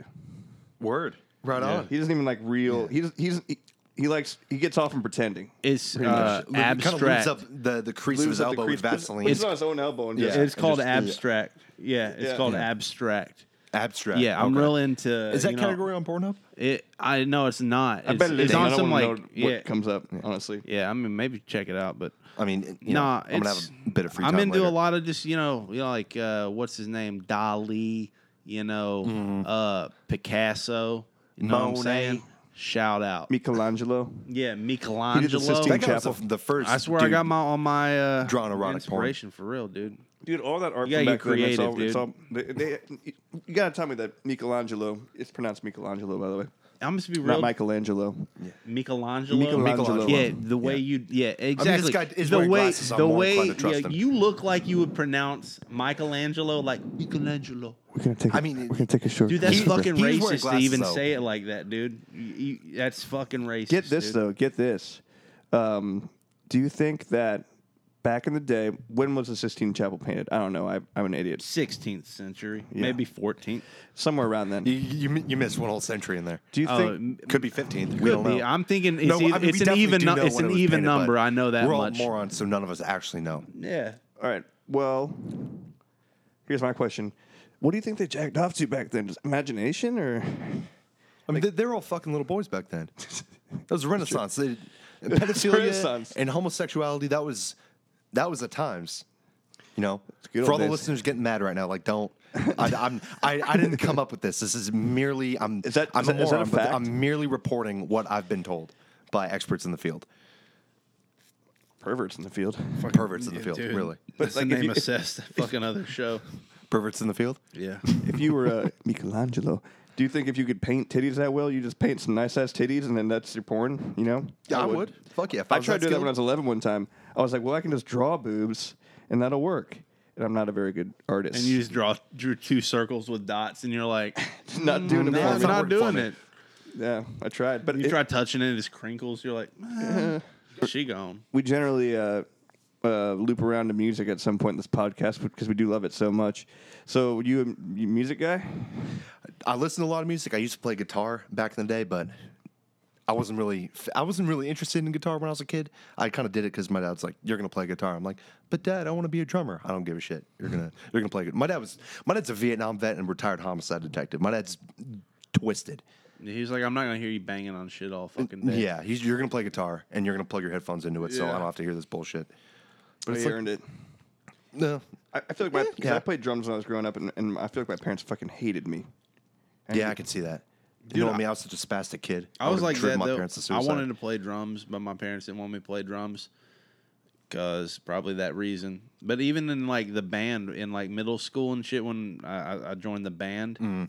B: Word. Right on.
A: He doesn't even like real. He's he's he, he likes he gets off from pretending.
C: It's
B: Uh,
C: uh,
B: he kinda lubes
C: abstract.
B: up the, the crease
A: Lubes
B: of his
A: up the
B: elbow
A: crease,
B: with
A: puts-
B: Vaseline.
A: puts it on his own elbow and just-
C: It's called
B: just-
C: abstract. Yeah, it's
A: Yeah.
C: called
A: Yeah.
C: abstract.
B: abstract.
C: Yeah, I'm
B: Okay.
C: real into.
B: Is that
C: you know,
B: category on Pornhub?
C: It, I know it's not. It's,
A: I bet it is.
C: it's
A: I
C: on
A: don't
C: some
A: wanna
C: like
A: know
C: yeah,
A: what comes up honestly.
C: yeah. I mean, maybe check it out, but
B: I mean, you
C: nah,
B: know, I'm gonna
C: it's-
B: have a bit of free time.
C: I'm into
B: later.
C: a lot of just you know, you know, like uh, what's his name, Dali, you know, uh, Picasso, you know what I'm
B: Mm-hmm. Monet.
C: saying? Shout out,
A: Michelangelo.
C: yeah, Michelangelo.
A: Sistine
B: That guy was the,
A: Chapel.
B: the first.
C: I swear I
B: dude-
C: got my on my uh,
B: Drawing erotic porn.
C: inspiration for real, dude.
A: Dude, all that art
C: You
A: from
C: gotta
A: back
C: get
A: then, it's
C: creative,
A: all, it's
C: dude.
A: all, they, they, you gotta tell me that Michelangelo. It's pronounced Michelangelo, by the way,
C: I'm just be real,
A: not Michelangelo.
C: Michelangelo.
A: Michelangelo.
C: Yeah, the way you. Yeah, exactly.
B: guy is
C: the
B: wearing
C: way,
B: glasses, so I'm
C: the
B: more
C: way
B: inclined to trust
C: yeah,
B: him.
C: you look like you would pronounce Michelangelo like Michelangelo.
A: We're gonna take.
B: I mean, we're gonna
A: take a short.
C: Dude, that's
B: He-
C: fucking
B: he's wearing
C: racist to
B: glasses,
C: even
B: though.
C: say it like that, dude. You- you- that's fucking racist.
A: Get this
C: dude.
A: though. Get this. Um, do you think that back in the day, when was the Sistine Chapel painted? I don't know. I, I'm an idiot.
C: 16th century, maybe 14th.
A: Somewhere around then.
B: You, you, mi- you missed one whole century in there.
A: Do you
C: Oh,
A: think?
B: Could be 15th. we
C: Could
B: don't
C: be.
B: know.
C: I'm thinking it's,
B: I
C: either-
B: mean, we
C: it's an
B: definitely
C: even
B: do
C: nu-
B: know
C: it's
B: when
C: an
B: it was
C: even
B: painted, but
C: number. I know that
B: We're
C: much.
B: all morons, so none of us actually know.
C: Yeah.
A: All right. Well, here's my question. What do you think they jacked off to back then? Just imagination or
B: I mean, they, they were all fucking little boys back then. That was Renaissance. They, pedophilia
A: Renaissance.
B: and homosexuality. That was that was the times. You know,
A: good
B: for all
A: old
B: the
A: days.
B: listeners getting mad right now, like don't. I, I'm I, I didn't come up with this. This is merely I'm
A: Is that-
B: I'm
A: is that- is that a
B: but
A: fact?
B: I'm merely reporting what I've been told by experts in the field,
A: perverts in the field?
B: perverts in the field, really,
C: That's
A: like,
C: the
A: if
C: name
A: you-
C: of Seth's fucking other show.
B: perverts in the field.
C: Yeah.
A: If you were uh, Michelangelo, do you think if you could paint titties that well, you just paint some nice ass titties and then that's your porn? You know?
B: Yeah, I would. Fuck yeah, if I
A: I
B: was
A: tried
B: that
A: to do that when
B: skilled.
A: I was 11 one time. I was like, well, I can just draw boobs and that'll work. And I'm not a very good artist.
C: And you just draw drew two circles with dots, and you're like,
A: not doing it.
C: "Nah,
A: for
C: I'm
A: me."
C: not
B: working for
C: doing
B: me.
C: it.
A: Yeah, I tried, but
C: You
A: it-
C: try touching it, it's crinkles. You're like, "Eh,
B: Uh-huh.
C: she gone.
A: we generally uh, uh, loop around to music at some point in this podcast because we do love it so much. So you a you music guy?
B: I listened to a lot of music. I used to play guitar back in the day, but I wasn't really I wasn't really interested in guitar when I was a kid. I kind of did it because my dad's like, "You're gonna play guitar." I'm like, "But dad, I want to be a drummer." I don't give a shit. You're gonna you're gonna play. gu-" My dad was my dad's a Vietnam vet and retired homicide detective. My dad's twisted.
C: And He's like, I'm not gonna hear you banging on shit all fucking day.
B: Yeah, he's, you're gonna play guitar and you're gonna plug your headphones into it, so I
C: Yeah.
B: don't have to hear this bullshit.
A: But
B: it's
A: you
B: like-
A: earned it.
B: No,
A: I, I feel like my because
B: yeah.
A: I played drums when I was growing up, and, and I feel like my parents fucking hated me.
B: yeah, I could see that. You know what I mean? I was such a spastic kid.
C: I was
B: would've
C: like
B: driven
C: that
B: my
C: though.
B: parents
C: I
B: suicide.
C: wanted to play drums, but my parents didn't want me to play drums because probably that reason. But even in like the band in like middle school and shit, when I, I- I joined the band,
B: Mm-hmm.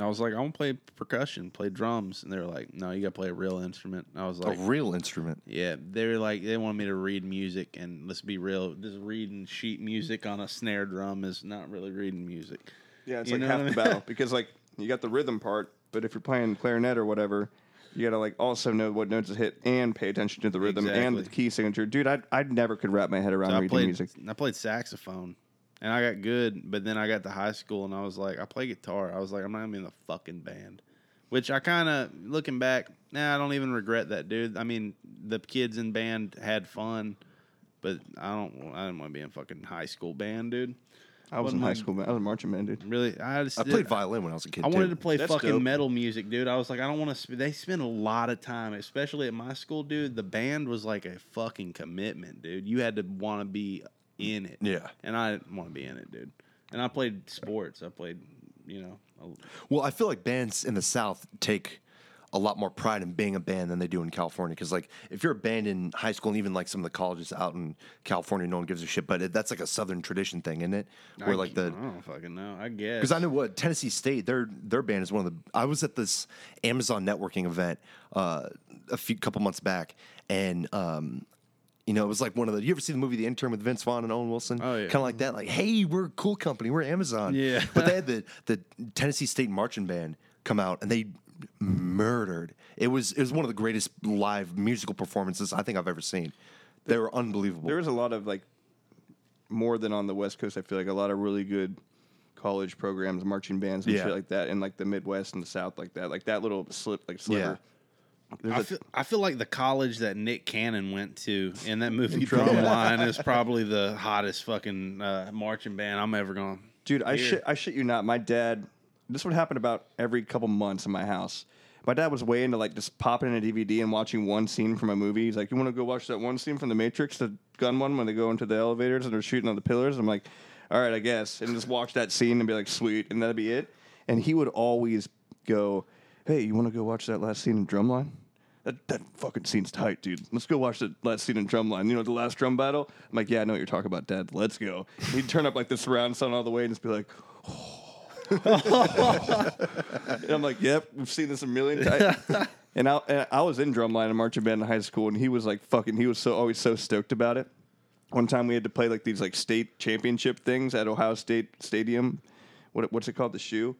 C: I was like, I want to play percussion, play drums, and they were like, No, you got to play a real instrument. And I was
B: a
C: like,
B: real instrument.
C: Yeah, they were like they wanted me to read music, and let's be real, just reading sheet music on a snare drum is not really reading music.
A: Yeah, it's
C: You know
A: like half
C: what I
A: the
C: mean?
A: battle because like you got the rhythm part, but if you're playing clarinet or whatever, you gotta like also know what notes to hit and pay attention to the rhythm and the
C: Exactly.
A: key signature. Dude, I I never could wrap my head around
C: So I
A: reading
C: played
A: music.
C: I played saxophone and I got good, but then I got to high school and I was like, I play guitar. I was like, I'm not gonna be in the fucking band. Which I kind of looking back, nah, I don't even regret that, dude. I mean, the kids in band had fun, but I don't. I didn't want to be in fucking high school band, dude.
A: I was in
C: Wasn't
A: high
C: my-
A: school, man. I was a marching man, dude.
C: Really, I just
B: I
C: did-
B: played violin when I was a kid.
C: I wanted
B: too.
C: to play
A: That's
C: fucking
A: dope.
C: metal music, dude. I was like, I don't want to. Sp- they spend a lot of time, especially at my school, dude. The band was like a fucking commitment, dude. You had to want to be in it.
B: Yeah.
C: And I didn't want to be in it, dude. And I played sports. I played, you know, a-
B: Well, I feel like bands in the South take a lot more pride in being a band than they do in California. Because like, if you're a band in high school and even like some of the colleges out in California, no one gives a shit. But it, that's like a Southern tradition thing, isn't it? Where
C: I-
B: like the
C: I don't fucking know. I guess
B: because I know what Tennessee State, their their band is one of the. I was at this Amazon networking event uh, a few couple months back, and um, you know it was like one of the. You ever see the movie The Intern with Vince Vaughn and Owen Wilson?
C: Oh, yeah.
B: kind of like that. Like, hey, we're a cool company, we're Amazon.
C: Yeah.
B: but they had the the Tennessee State marching band come out, and they murdered. It was it was one of the greatest live musical performances I think I've ever seen. They were unbelievable.
A: There is a lot of like more than on the West Coast. I feel like a lot of really good college programs, marching bands, and
B: Yeah.
A: shit like that, in like the Midwest and the South, like that, like that little slip, like sliver. There's
C: I
A: a-
C: feel, I feel like the college that Nick Cannon went to in that movie Drumline is probably the hottest fucking uh, marching band I'm ever gonna.
A: dude, I
C: hear.
A: shit, I shit you not. My dad, this would happen about every couple months in my house. My dad was way into like just popping in a DVD and watching one scene from a movie. He's like, "You want to go watch that one scene from The Matrix, the gun one when they go into the elevators and they're shooting on the pillars?" I'm like, "All right, I guess," and just watch that scene and be like, "Sweet," and that'd be it. And he would always go, "Hey, you want to go watch that last scene in Drumline?" That, that fucking scene's tight, dude. Let's go watch the last scene in Drumline. You know, the last drum battle? I'm like, yeah, I know what you're talking about, Dad. Let's go. And he'd turn up like the surround sound all the way and just be like, and I'm like, yep, we've seen this a million times. and, I, and I was in Drumline and marching band in high school, and he was like, fucking, he was so always so stoked about it. One time we had to play like these like state championship things at Ohio State Stadium. What, what's it called? The shoe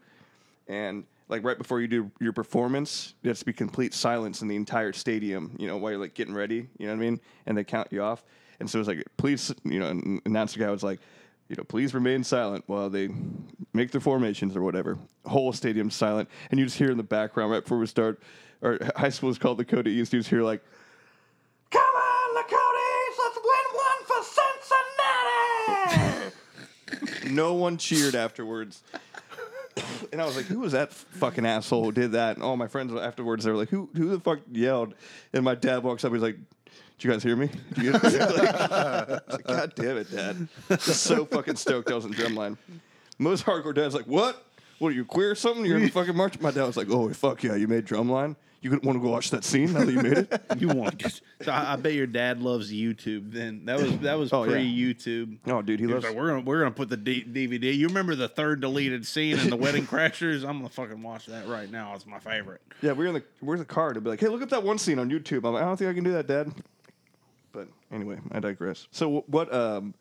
A: and like right before you do your performance, there has to be complete silence in the entire stadium. You know, while you're like getting ready. You know what I mean? And they count you off. And so it's like, please, you know, and announcer guy was like, you know, please remain silent while they make their formations or whatever. Whole stadium silent, and you just hear in the background right before we start, our high school is called Dakota East. You just hear like, "Come on, Dakota East, let's win one for Cincinnati." no one cheered afterwards. And I was like, "Who was that fucking asshole who did that?" And all my friends afterwards, they were like, "Who, who the fuck yelled?" And my dad walks up, he's like, "Did you guys hear me?" Did you guys-" I was like, God damn it, Dad! Just so fucking stoked I was in drumline. Most hardcore dads like, "What? What are you queer or something? You're in fucking march." My dad was like, "Oh fuck yeah, you made drumline. You want to go watch that scene now that you made it?"
C: You want to get? So I, I bet your dad loves YouTube. Then that was that was
A: Oh, yeah.
C: pre YouTube.
A: Oh, dude, he
C: He was
A: loves.
C: like, we're gonna we're gonna put the D- DVD. You remember the third deleted scene in the Wedding Crashers? I'm gonna fucking watch that right now. It's my favorite.
A: Yeah, we were in the we're in the car to be like, "Hey, look up that one scene on YouTube." I'm like, "I don't think I can do that, Dad." But anyway, I digress. So wh- what? um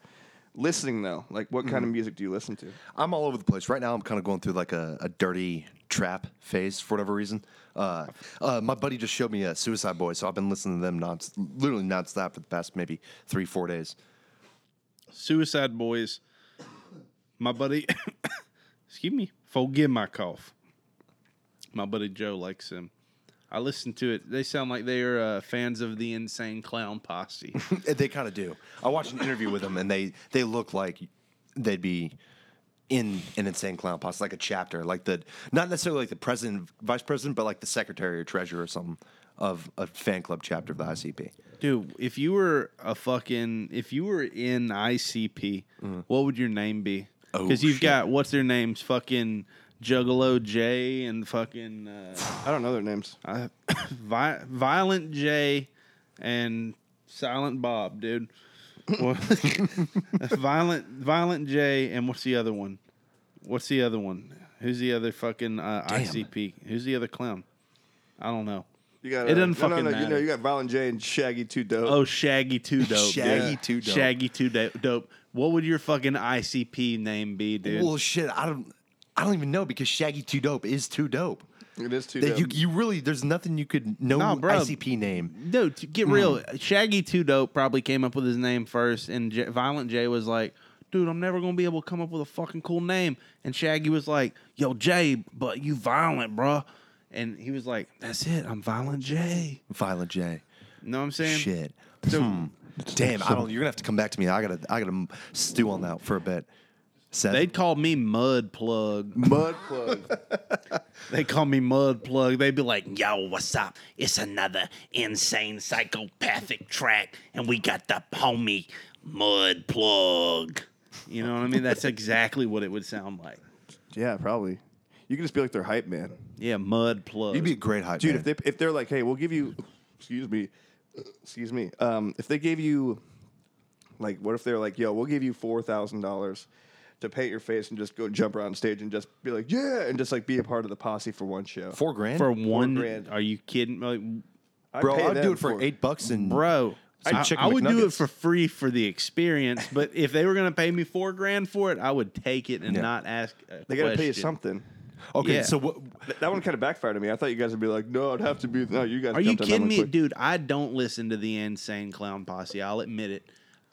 A: Listening though, like what kind
C: Mm-hmm.
A: of music do you listen to?
B: I'm all over the place right now. I'm kind of going through like a, a dirty trap phase for whatever reason. Uh, uh, my buddy just showed me uh, Suicide Boys, so I've been listening to them non literally nonstop for the past maybe three four days.
C: Suicide Boys. My buddy, excuse me, forgive my cough. My buddy Joe likes them. I listen to it. They sound like they are uh, fans of the Insane Clown Posse.
B: they kind of do. I watched an interview with them, and they they look like they'd be in an insane clown posse, like a chapter, like the not necessarily like the president, vice president, but like the secretary or treasurer or something of a fan club chapter of the ICP.
C: Dude, if you were a fucking, if you were in ICP, what would your name be?
B: Mm-hmm. Oh,
C: Because you've
B: shit.
C: got what's their names, fucking Juggalo J and fucking uh,
A: I don't know their names.
C: uh, Vi- Violent J and Silent Bob, dude. Well, Violent Violent J and what's the other one? What's the other one? Who's the other fucking uh,
B: Damn.
C: ICP? Who's the other clown? I don't know.
A: You got
C: It
A: uh,
C: doesn't
A: no,
C: fucking
A: no, no, You know,
C: matter.
A: you got Violent J and Shaggy Two Dope.
C: Oh, Shaggy Two Dope.
B: Shaggy
C: yeah.
B: Two Dope.
C: Shaggy Two Da- Dope. What would your fucking ICP name be, dude?
B: Well, shit, I don't, I don't even know because Shaggy Too Dope is too dope.
A: it is Two
B: That
A: Dope.
B: you, you really, there's nothing you could no
C: Nah, bruh.
B: ICP name.
C: No, t- get
B: Hmm.
C: real. Shaggy Two Dope probably came up with his name first, and J- Violent J was like, "Dude, I'm never gonna be able to come up with a fucking cool name." And Shaggy was like, "Yo, Jay, but you violent, bruh. And he was like, "That's it. I'm Violent J."
B: Violent J.
C: You know what I'm saying?
B: Shit.
C: So-
B: Hmm. Damn, I don't. You're gonna have to come back to me. I gotta, I gotta stew on that for a bit. Seth,
C: They'd call me Mud Plug.
A: Mud Plug.
C: They call me Mud Plug. They'd be like,
D: Yo, what's up? It's another insane psychopathic track, and we got the homie Mud Plug.
C: you know what I mean? That's exactly what it would sound like.
A: yeah, probably. You can just be like their hype man,
C: Yeah, Mud Plug.
B: you'd be a great hype
A: dude.
B: man.
A: If they if they're like, hey, we'll give you, excuse me, excuse me. Um, if they gave you, like, what if they're like, yo, we'll give you four thousand dollars to paint your face and just go jump around stage and just be like, yeah, and just like be a part of the posse for one show.
B: Four grand,
C: for one.
A: grand.
C: Are you kidding? Like,
A: I'd
B: bro.
A: pay
B: I'd do
A: them
B: it for eight bucks and
C: bro.
B: Some
C: I,
B: chicken
C: I would do it
B: McNuggets.
C: for free for the experience, but if they were gonna pay me four grand for it, I would take it and
B: Yeah.
C: not ask. A
A: They gotta pay you
C: question.
A: something.
B: Okay,
C: Yeah.
B: so what?
A: Th- That one kind of backfired on me. I thought you guys would be like, no, it'd have to be. No, you guys.
C: Are you
A: jumped on that
C: kidding
A: one
C: me,
A: quick.
C: dude? I don't listen to the insane clown posse. I'll admit it.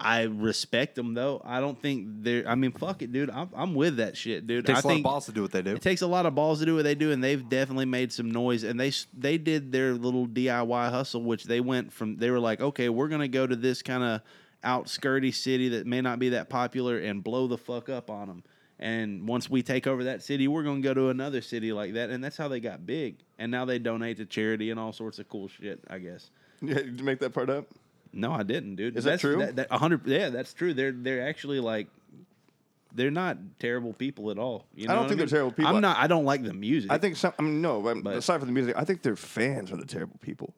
C: I respect them though. I don't think they're. I mean, fuck it, dude. I'm, I'm with that shit, dude.
B: Takes
C: I
B: a lot
C: think
B: of balls to do what they do.
C: It takes a lot of balls to do what they do, and they've definitely made some noise. And they s- they did their little DIY hustle, which they went from they were like, okay, we're gonna go to this kind of outskirty city that may not be that popular and blow the fuck up on them. And once we take over that city, we're gonna go to another city like that, and that's how they got big. And now they donate to charity and all sorts of cool shit. I guess.
A: Yeah, did you make that part up?
C: No, I didn't, dude.
A: Is that
C: That's-
A: true?
C: That, that- a hundred. Yeah, that's true. They're they're actually like. They're not terrible people at all. You
A: I don't
C: know what
A: think
C: mean?
A: they're terrible people.
C: I'm not. I don't like the music.
A: I think some. I mean, no. But
C: But-
A: aside from the music, I think their fans are the terrible people.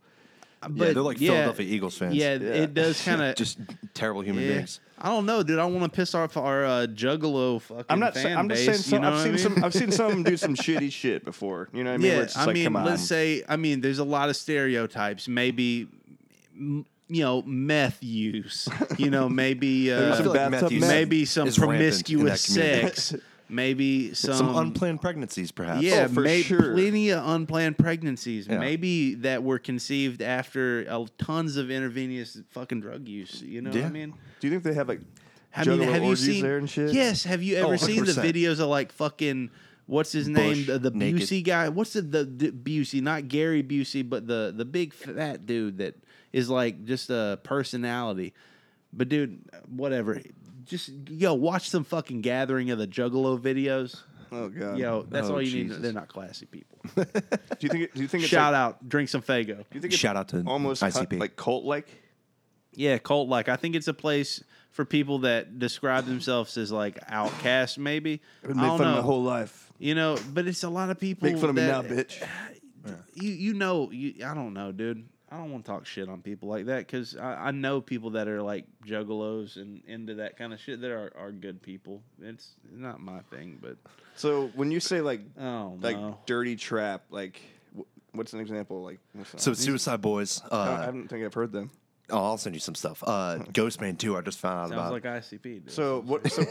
C: but
B: they're like Philadelphia Eagles fans.
C: Yeah,
A: Yeah.
C: it does kind of.
B: Just terrible human beings.
C: I don't know, dude. I want to piss off our uh, Juggalo fucking
A: I'm not. sa-
C: fan
A: I'm
C: base.
A: just saying. Some,
C: you know
A: I've
C: what
A: seen
C: I mean?
A: some. I've seen some of them do some shitty shit before. You know what I mean? Where
C: yeah,
A: it's just
C: I
A: like,
C: mean,
A: come on.
C: let's say, I mean, there's a lot of stereotypes. Maybe, m- you know, meth use. You know, maybe
A: Maybe
C: uh,
A: some
B: I feel like
A: bathtub
B: Matthew
A: men.
C: maybe some
B: is rampant in that
C: promiscuous
B: community.
C: sex. maybe some,
B: Some unplanned pregnancies, perhaps.
C: Um, Yeah,
A: Oh, for
C: may-
A: sure.
C: plenty of unplanned pregnancies,
B: Yeah.
C: maybe that were conceived after uh, tons of intravenous fucking drug use. You know what
B: Yeah.
C: I mean?
A: Do you think they have like
C: I mean,
A: juggalo
C: have you
A: orgies
C: seen
A: there and shit? Oh,
C: Yes, have you ever seen the
B: 100%.
C: videos of like fucking what's his name, the, the
B: naked.
C: Busey guy? What's the, the the Busey? Not Gary Busey, but the the big fat dude that is like just a personality. But dude, whatever. Just yo, watch some fucking gathering of the Juggalo videos.
A: Oh god.
C: Yo, that's
B: Oh,
C: all you
B: Jesus.
C: need. They're not classy people.
A: Do you think? It, do you think? It's
C: Shout
A: like,
C: out, drink some Fago.
A: Do you think it's
B: Shout out to
A: almost
B: ICP.
A: cult- like cult like.
C: Yeah, cult like. I think it's a place for people that describe themselves as like outcast, maybe.
A: I've been
C: I
A: making
C: don't
A: fun of
C: know.
A: my whole life.
C: You know, but it's a lot of people.
A: Make fun of me now,
C: that,
A: bitch.
C: You you know you. I don't know, dude. I don't want to talk shit on people like that because I, I know people that are like juggalos and into that kind of shit. There are, are good people. It's not my thing, but
A: So when you say like
C: oh
A: like
C: no.
A: dirty trap, like wh- what's an example? Like what's that?
B: So Suicide Boys.
A: I don't- I
B: Uh,
A: don't think I've heard them.
B: oh, I'll send you some stuff. Uh, Ghostman 2, I just found out
C: Sounds
B: about.
C: like ICP. Dude.
A: So what? So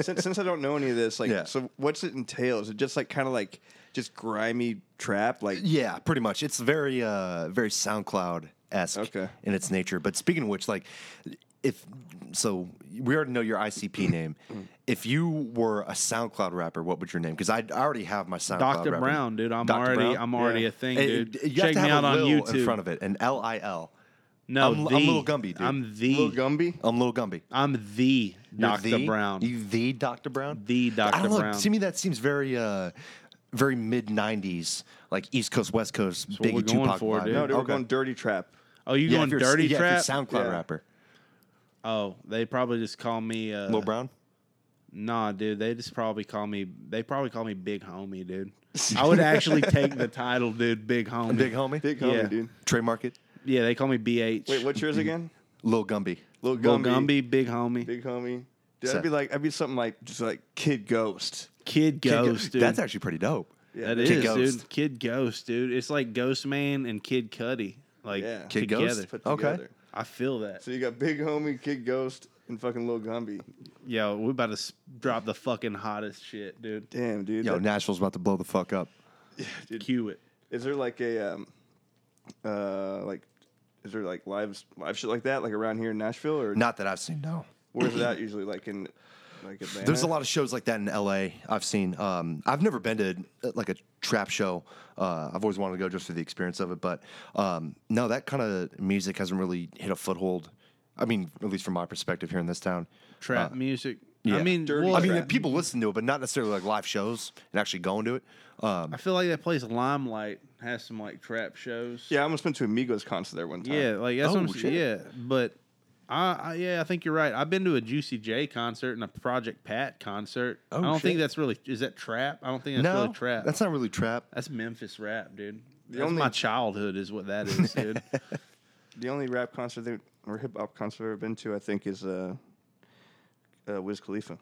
A: since, since I don't know any of this, like,
B: Yeah.
A: so what's it entail? Is it just like kind of like just grimy trap? Like,
B: Yeah, pretty much. It's very uh very SoundCloud esque
A: Okay.
B: in its nature. But speaking of which, like if so we already know your ICP name. if you were a SoundCloud rapper, what would your name? Because I, I already have my SoundCloud.
C: Dr.
B: rapper.
C: Brown, dude, I'm
B: Dr.
C: already
B: Brown?
C: I'm already
A: Yeah.
C: a thing,
B: Hey,
C: dude.
B: you have
C: Check
B: to
C: me
B: have
C: out
B: a
C: on
B: Lil
C: YouTube.
B: in front of it. An L I L.
C: No,
B: I'm- I'm
C: the,
B: Lil Gumby, dude.
C: I'm
A: Lil
C: the
A: Gumby.
B: I'm Lil Gumby.
C: I'm the
B: You're
C: Doctor
B: the-
C: Brown.
B: You the Dr. Brown?
C: The
B: I
C: Dr.
B: don't know.
C: Brown.
B: To me, that seems very uh very mid '90s, like East Coast, West Coast,
C: what
B: Biggie,
C: we're going
B: Tupac
C: for,
B: vibe.
C: dude.
A: No, they were
B: Okay.
A: going dirty trap.
C: oh, you
B: Yeah,
C: going
B: if you're-
C: dirty
B: yeah,
C: trap?
B: If you're a SoundCloud
A: Yeah.
B: rapper.
C: oh, they probably just call me uh,
B: Lil Brown?
C: Nah, dude, they just probably call me. They probably call me Big Homie, dude. I would actually take the title, dude. Big Homie.
B: Big homie?
A: Big homie,
C: Yeah.
A: dude.
B: Trademark it.
C: yeah, they call me BH.
A: Wait, what's yours again?
B: Lil Gumby.
A: Little
C: Lil
A: Gumby,
C: Gumby, Big Homie,
A: Big homie. Dude,
B: Set.
A: I'd be like, I'd be something like just like Kid Ghost.
C: Kid
B: Kid Go-
C: Ghost, dude.
B: That's actually pretty dope.
A: Yeah,
C: That
A: dude.
C: is,
B: Kid Ghost.
C: dude. Kid Ghost, dude. It's like Ghost Man and Kid Cuddy, like
A: Yeah.
B: Kid
C: together.
B: Ghost?
A: Put
B: Okay.
A: together.
C: I feel that.
A: So you got Big Homie, Kid Ghost, and fucking Little Gumby.
C: Yo, we about to s- drop the fucking hottest shit, dude.
A: Damn, dude.
B: Yo,
A: that-
B: Nashville's about to blow the fuck up.
C: Cue it.
A: Is there like a um, uh, like, is there like live live shit like that like around here in Nashville or
B: Not that I've seen, no.
A: where's that usually like in like Atlanta?
B: There's a lot of shows like that in LA I've seen. Um, I've never been to uh, like a trap show. Uh, I've always wanted to go just for the experience of it. But um, no, that kind of music hasn't really hit a foothold. I mean, at least from my perspective here in this town. Uh,
C: Trap music.
B: yeah.
C: I mean,
A: Dirty
C: well,
B: I mean,
A: Trap.
B: people listen to it, but not necessarily like live shows and actually going to it. Um,
C: I feel like that place Limelight has some like trap shows.
A: Yeah, I almost went to Amigos concert there one time.
C: yeah, like that's what
B: Oh,
C: I'm
B: shit.
C: saying. Yeah, but I, I yeah, I think you're right. I've been to a Juicy J concert and a Project Pat concert.
B: Oh,
C: I don't
B: shit.
C: think that's really is that trap. I don't think that's
B: no,
C: really trap.
B: that's not really trap.
C: that's Memphis rap, dude.
A: The
C: That's
A: only-
C: my childhood, is what that is, dude.
A: The only rap concert that, or hip hop concert I've ever been to, I think, is uh, uh, Wiz Khalifa.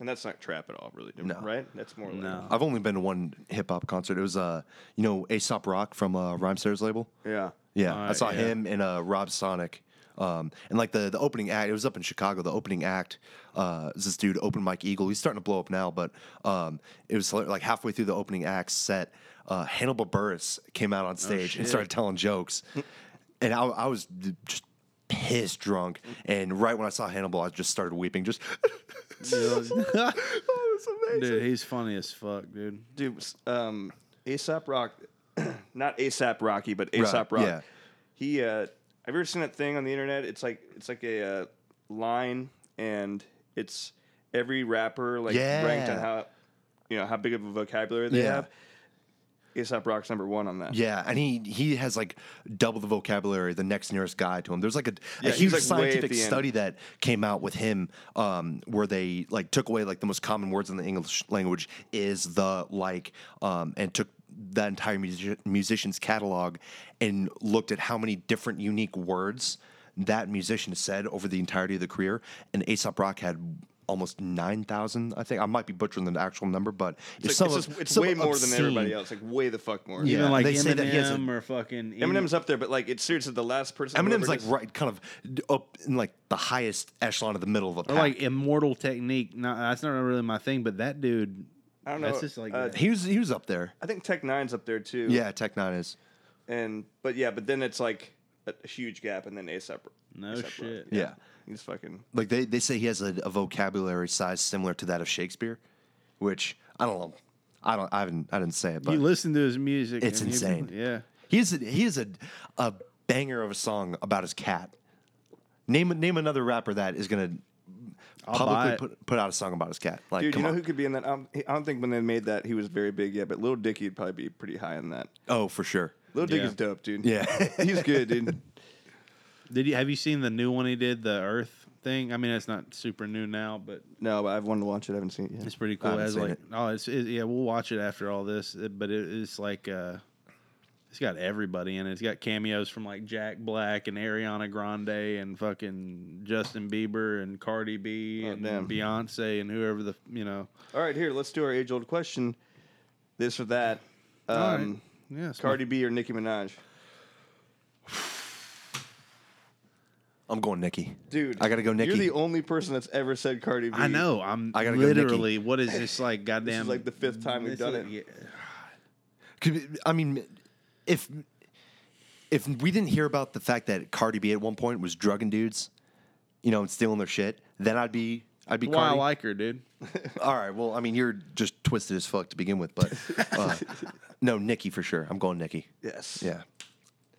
A: And that's not trap at all, really.
B: No.
A: Right? That's more like.
C: No.
B: I've only been to one hip hop concert. It was uh, you know, Aesop Rock from uh, Rhymesayers label.
A: Yeah.
B: Yeah, I
C: Alright,
B: saw
C: yeah.
B: him and uh, Rob Sonic. Um, and like the the opening act, it was up in Chicago. The opening act uh, is this dude, Open Mike Eagle. He's starting to blow up now, but um, it was like halfway through the opening act set, uh, Hannibal Burris came out on stage and started telling jokes, and I, I was just pissed drunk. And right when I saw Hannibal, I just started weeping. Just "Oh,
C: dude, he's funny as fuck, dude.
A: Dude, s- um, ASAP Rock, not ASAP Rocky, but ASAP Rock.
B: yeah.
A: He, uh, have you ever seen that thing on the internet? It's like, it's like a uh, line and it's every rapper, like, ranked on
B: Yeah.
A: how, you know, how big of a vocabulary they
B: Yeah.
A: have. ASAP Rock's number one on that.
B: Yeah, and he he has like double the vocabulary the next nearest guy to him. There's like a, a
A: Yeah, he's,
B: huge
A: like, way at
B: scientific
A: the end.
B: study that came out with him um, where they like took away like the most common words in the English language is the like um, and took that entire music- musician's catalog and looked at how many different unique words that musician said over the entirety of the career and Aesop Rock had almost nine thousand. I think I might be butchering the actual number, but it's,
A: It's,
B: some
A: like, it's,
B: ob-
A: just- it's
B: some
A: way more than everybody
B: obscene-
A: else. Like way the fuck more.
B: Yeah.
C: Even like
B: they
C: Eminem
B: say that he has a-
C: or fucking
A: Eminem's up there, but like it's seriously the last person. who
B: Eminem's
A: ever
B: like
A: just-
B: right, kind of up in like the highest echelon of the middle of the
C: or
B: pack.
C: like immortal technique. No, that's not really my thing, but that dude,
A: I don't know.
C: that's just like
A: uh,
C: that.
B: he was he was up there.
A: I think Tech Nine's up there too.
B: Yeah, Tech Nine is.
A: And but yeah, but then it's like a, a huge gap, and then ASAP.
C: no
A: A$AP
C: shit.
A: Rocky.
B: Yeah.
A: He's fucking.
B: Like they, they say he has a, a vocabulary size similar to that of Shakespeare, which I don't know. I don't I haven't I didn't say it, but
C: You listen to his music,
B: It's
C: and he-
B: insane.
C: yeah,
B: he is a, he is a a banger of a song about his cat. Name name another rapper that is gonna
C: buy
B: publicly
C: it.
B: put, put out a song about his cat. Like
A: Dude,
B: come
A: you know
B: on.
A: who could be in that? Um, he- I don't think when they made that he was very big yet, but Little Dicky would probably be pretty high in that.
B: oh for sure.
A: Little
C: Yeah.
A: Dicky's dope, dude.
B: Yeah.
A: he's good, dude.
C: Did you have you seen the new one he did, the Earth thing? I mean, it's not super new now, but
A: No, but I've wanted to watch it. I haven't seen it yet.
C: it's pretty cool. It
B: haven't
C: has
B: seen
C: like
B: it.
C: oh, it's it, yeah, we'll watch it after all this, it- but it, it's like uh, it's got everybody in it. It's got cameos from like Jack Black and Ariana Grande and fucking Justin Bieber and Cardi B
A: Oh,
C: and
A: damn.
C: Beyonce and whoever the you know.
A: All right, here, let's do our age old question this or that. Um,
C: All right. yeah, it's my-
A: Cardi B or Nicki Minaj?
B: I'm going Nicki.
A: Dude,
B: I gotta go Nicki.
A: You're the only person that's ever said Cardi B.
C: I know. I'm
B: I gotta go Nicki.
C: literally. what is this like? Goddamn.
A: This is like the fifth time we've
C: this
A: done
C: is-
A: it.
C: yeah.
B: Could- I mean, if if we didn't hear about the fact that Cardi B at one point was drugging dudes, you know, and stealing their shit, then I'd be I'd be
C: Why I
B: Cardi.
C: like her, dude.
B: All right, well, I mean, you're just twisted as fuck to begin with, but uh, no, Nikki for sure. I'm going Nikki.
A: Yes.
B: Yeah,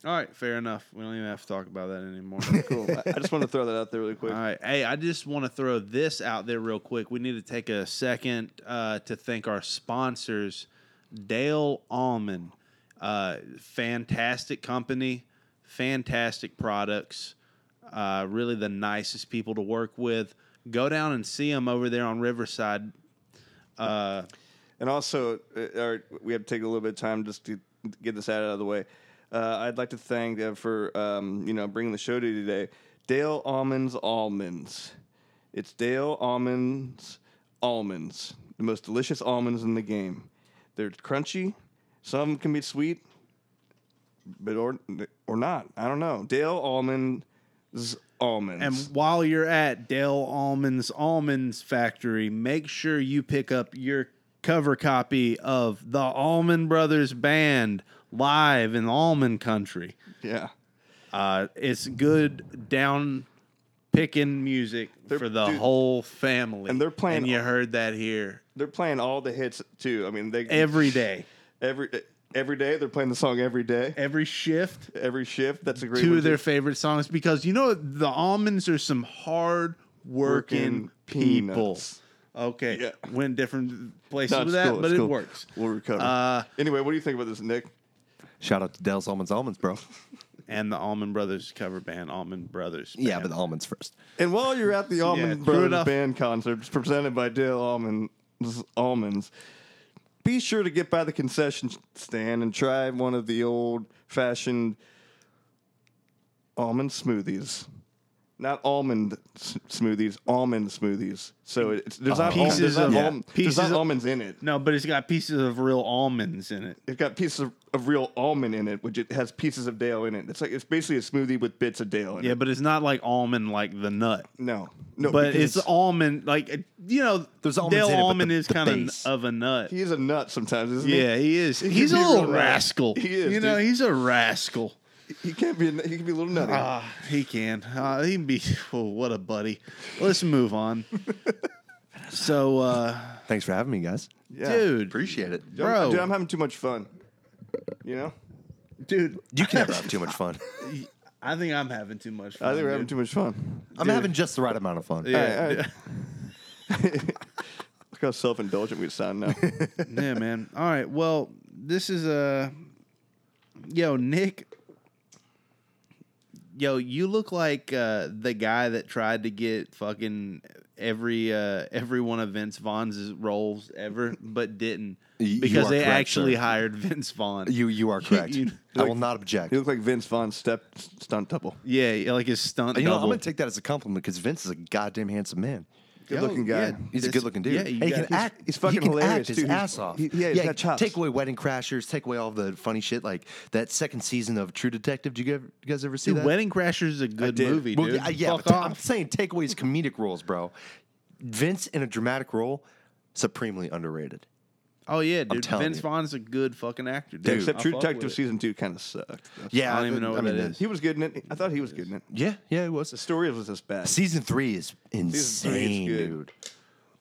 C: All right, fair enough. We don't even have to talk about that anymore.
A: Cool. I I just want to throw that out there really quick.
C: All right. Hey, I just want to throw this out there real quick. We need to take a second uh, to thank our sponsors, Dale Allman. Uh, fantastic company, fantastic products, uh, really the nicest people to work with. Go down and see them over there on Riverside. Uh,
A: And also, uh, our, we have to take a little bit of time just to get this ad out of the way. Uh, I'd like to thank uh, for um, you know bringing the show to you today, Dale Almonds Almonds. It's Dale Almonds Almonds, the most delicious almonds in the game. They're crunchy. Some can be sweet, but or or not. I don't know. Dale Almonds Almonds.
C: And while you're at Dale Almonds Almonds Factory, make sure you pick up your cover copy of the Almond Brothers Band live in Almond Country.
A: yeah.
C: Uh, it's good down picking music for the
A: dude,
C: whole family.
A: and they're playing-
C: And you heard that here
A: They're playing all the hits too. I mean, they
C: every day,
A: every every day they're playing the song every day.
C: every shift.
A: every shift. That's a great
C: Two
A: one,
C: of their
A: too.
C: favorite songs because you know the almonds are some hard
A: Working
C: working people.
A: peanuts.
C: Okay,
A: Yeah.
C: went different places
A: No,
C: with
A: it's
C: that,
A: cool,
C: but
A: it's
C: it
A: cool.
C: works.
A: We'll recover.
C: Uh,
A: anyway, what do you think about this, Nick?
B: shout out to Dell's Almonds Almonds, bro.
C: And the Almond Brothers cover band, Almond Brothers.
B: Yeah,
C: Band.
B: but the almonds first.
A: And while you're at the Almond
C: true
A: Brothers
C: enough.
A: Band concerts presented by Dale Almonds, Almonds, be sure to get by the concession stand and try one of the old-fashioned almond smoothies. Not almond s- smoothies, almond smoothies. So it's, there's not, al-
C: Pieces
A: there's not,
C: of-
A: alm- there's
C: Pieces
A: not
C: of-
A: almonds in it.
C: no, but it's got pieces of real almonds in it.
A: It's got pieces of, of real almond in it, which it has pieces of Dale in it. It's like it's basically a smoothie with bits of Dale in
C: Yeah,
A: it.
C: but it's not like almond like the nut.
A: No, no,
C: But
A: because
C: it's almond like it- you know.
B: There's almonds
C: Dale
B: in it, but
C: Almond
B: the-
C: is
B: the
C: kind
B: base.
C: of of a nut.
A: he is a nut sometimes, isn't
C: Yeah, he is.
A: He
C: he's a
A: can be a
C: little
A: real ras-
C: rascal.
A: He is,
C: You know,
A: dude.
C: he's a rascal.
A: he? He can't be. A, nut- he can be a little nutty.
C: Ah, he can. Uh, he can be. Oh, what a buddy. Let's move on. so, uh,
B: Thanks for having me, guys.
A: yeah.
C: dude,
B: Appreciate it.
A: Dude, I'm-
C: bro.
A: dude, I'm having too much fun. You know,
C: dude,
B: You can never have too much fun.
C: I think I'm having too much. Fun,
A: I think we're having
C: dude.
A: too much fun.
B: I'm having just the right amount of fun.
C: Yeah,
A: All right, all right. Look how self-indulgent we sound now.
C: yeah, man. All right. Well, this is a yo Nick. Yo, you look like uh, the guy that tried to get fucking every uh, every one of Vince Vaughn's roles ever, but didn't
B: Y- you
C: because
B: are
C: they
B: correct,
C: actually
B: sir.
C: hired Vince Vaughn.
B: You you are correct.
C: you-
B: I will not object.
A: you look like Vince Vaughn's step stunt double.
C: yeah, like his stunt
B: you know, I'm
C: double.
B: gonna take that as a compliment because Vince is a goddamn handsome man.
A: Good looking guy.
B: He's a good looking dude.
C: Yeah, you
B: and he
C: got-
B: can act.
A: he's fucking
B: he can
A: hilarious,
B: act his
A: too. He's-
B: ass off.
A: he- yeah, he's got chops.
B: Take away Wedding Crashers. Take away all the funny shit. Like that second season of True Detective. Did you, ever, you guys ever see
C: Dude,
B: that?
C: Wedding Crashers is a good
A: did.
C: movie,
B: Well,
C: dude.
B: yeah, yeah,
C: Fuck
B: but t- I'm
C: off.
B: saying take away his comedic roles, bro. Vince in a dramatic role, supremely underrated.
C: oh yeah, dude.
B: telling
C: Vince
B: you.
C: Vaughn's a good fucking actor, dude.
A: Except
C: I
A: True
C: fuck
A: Detective
C: with it.
A: season two kind of sucked.
B: Yeah, uh,
C: I don't even know what that is.
A: He was good in it. I thought he was good in it.
B: Yeah, yeah, it
A: The
B: was.
A: story was just bad.
B: Season three is
A: Season
B: insane,
A: three is good.
B: dude.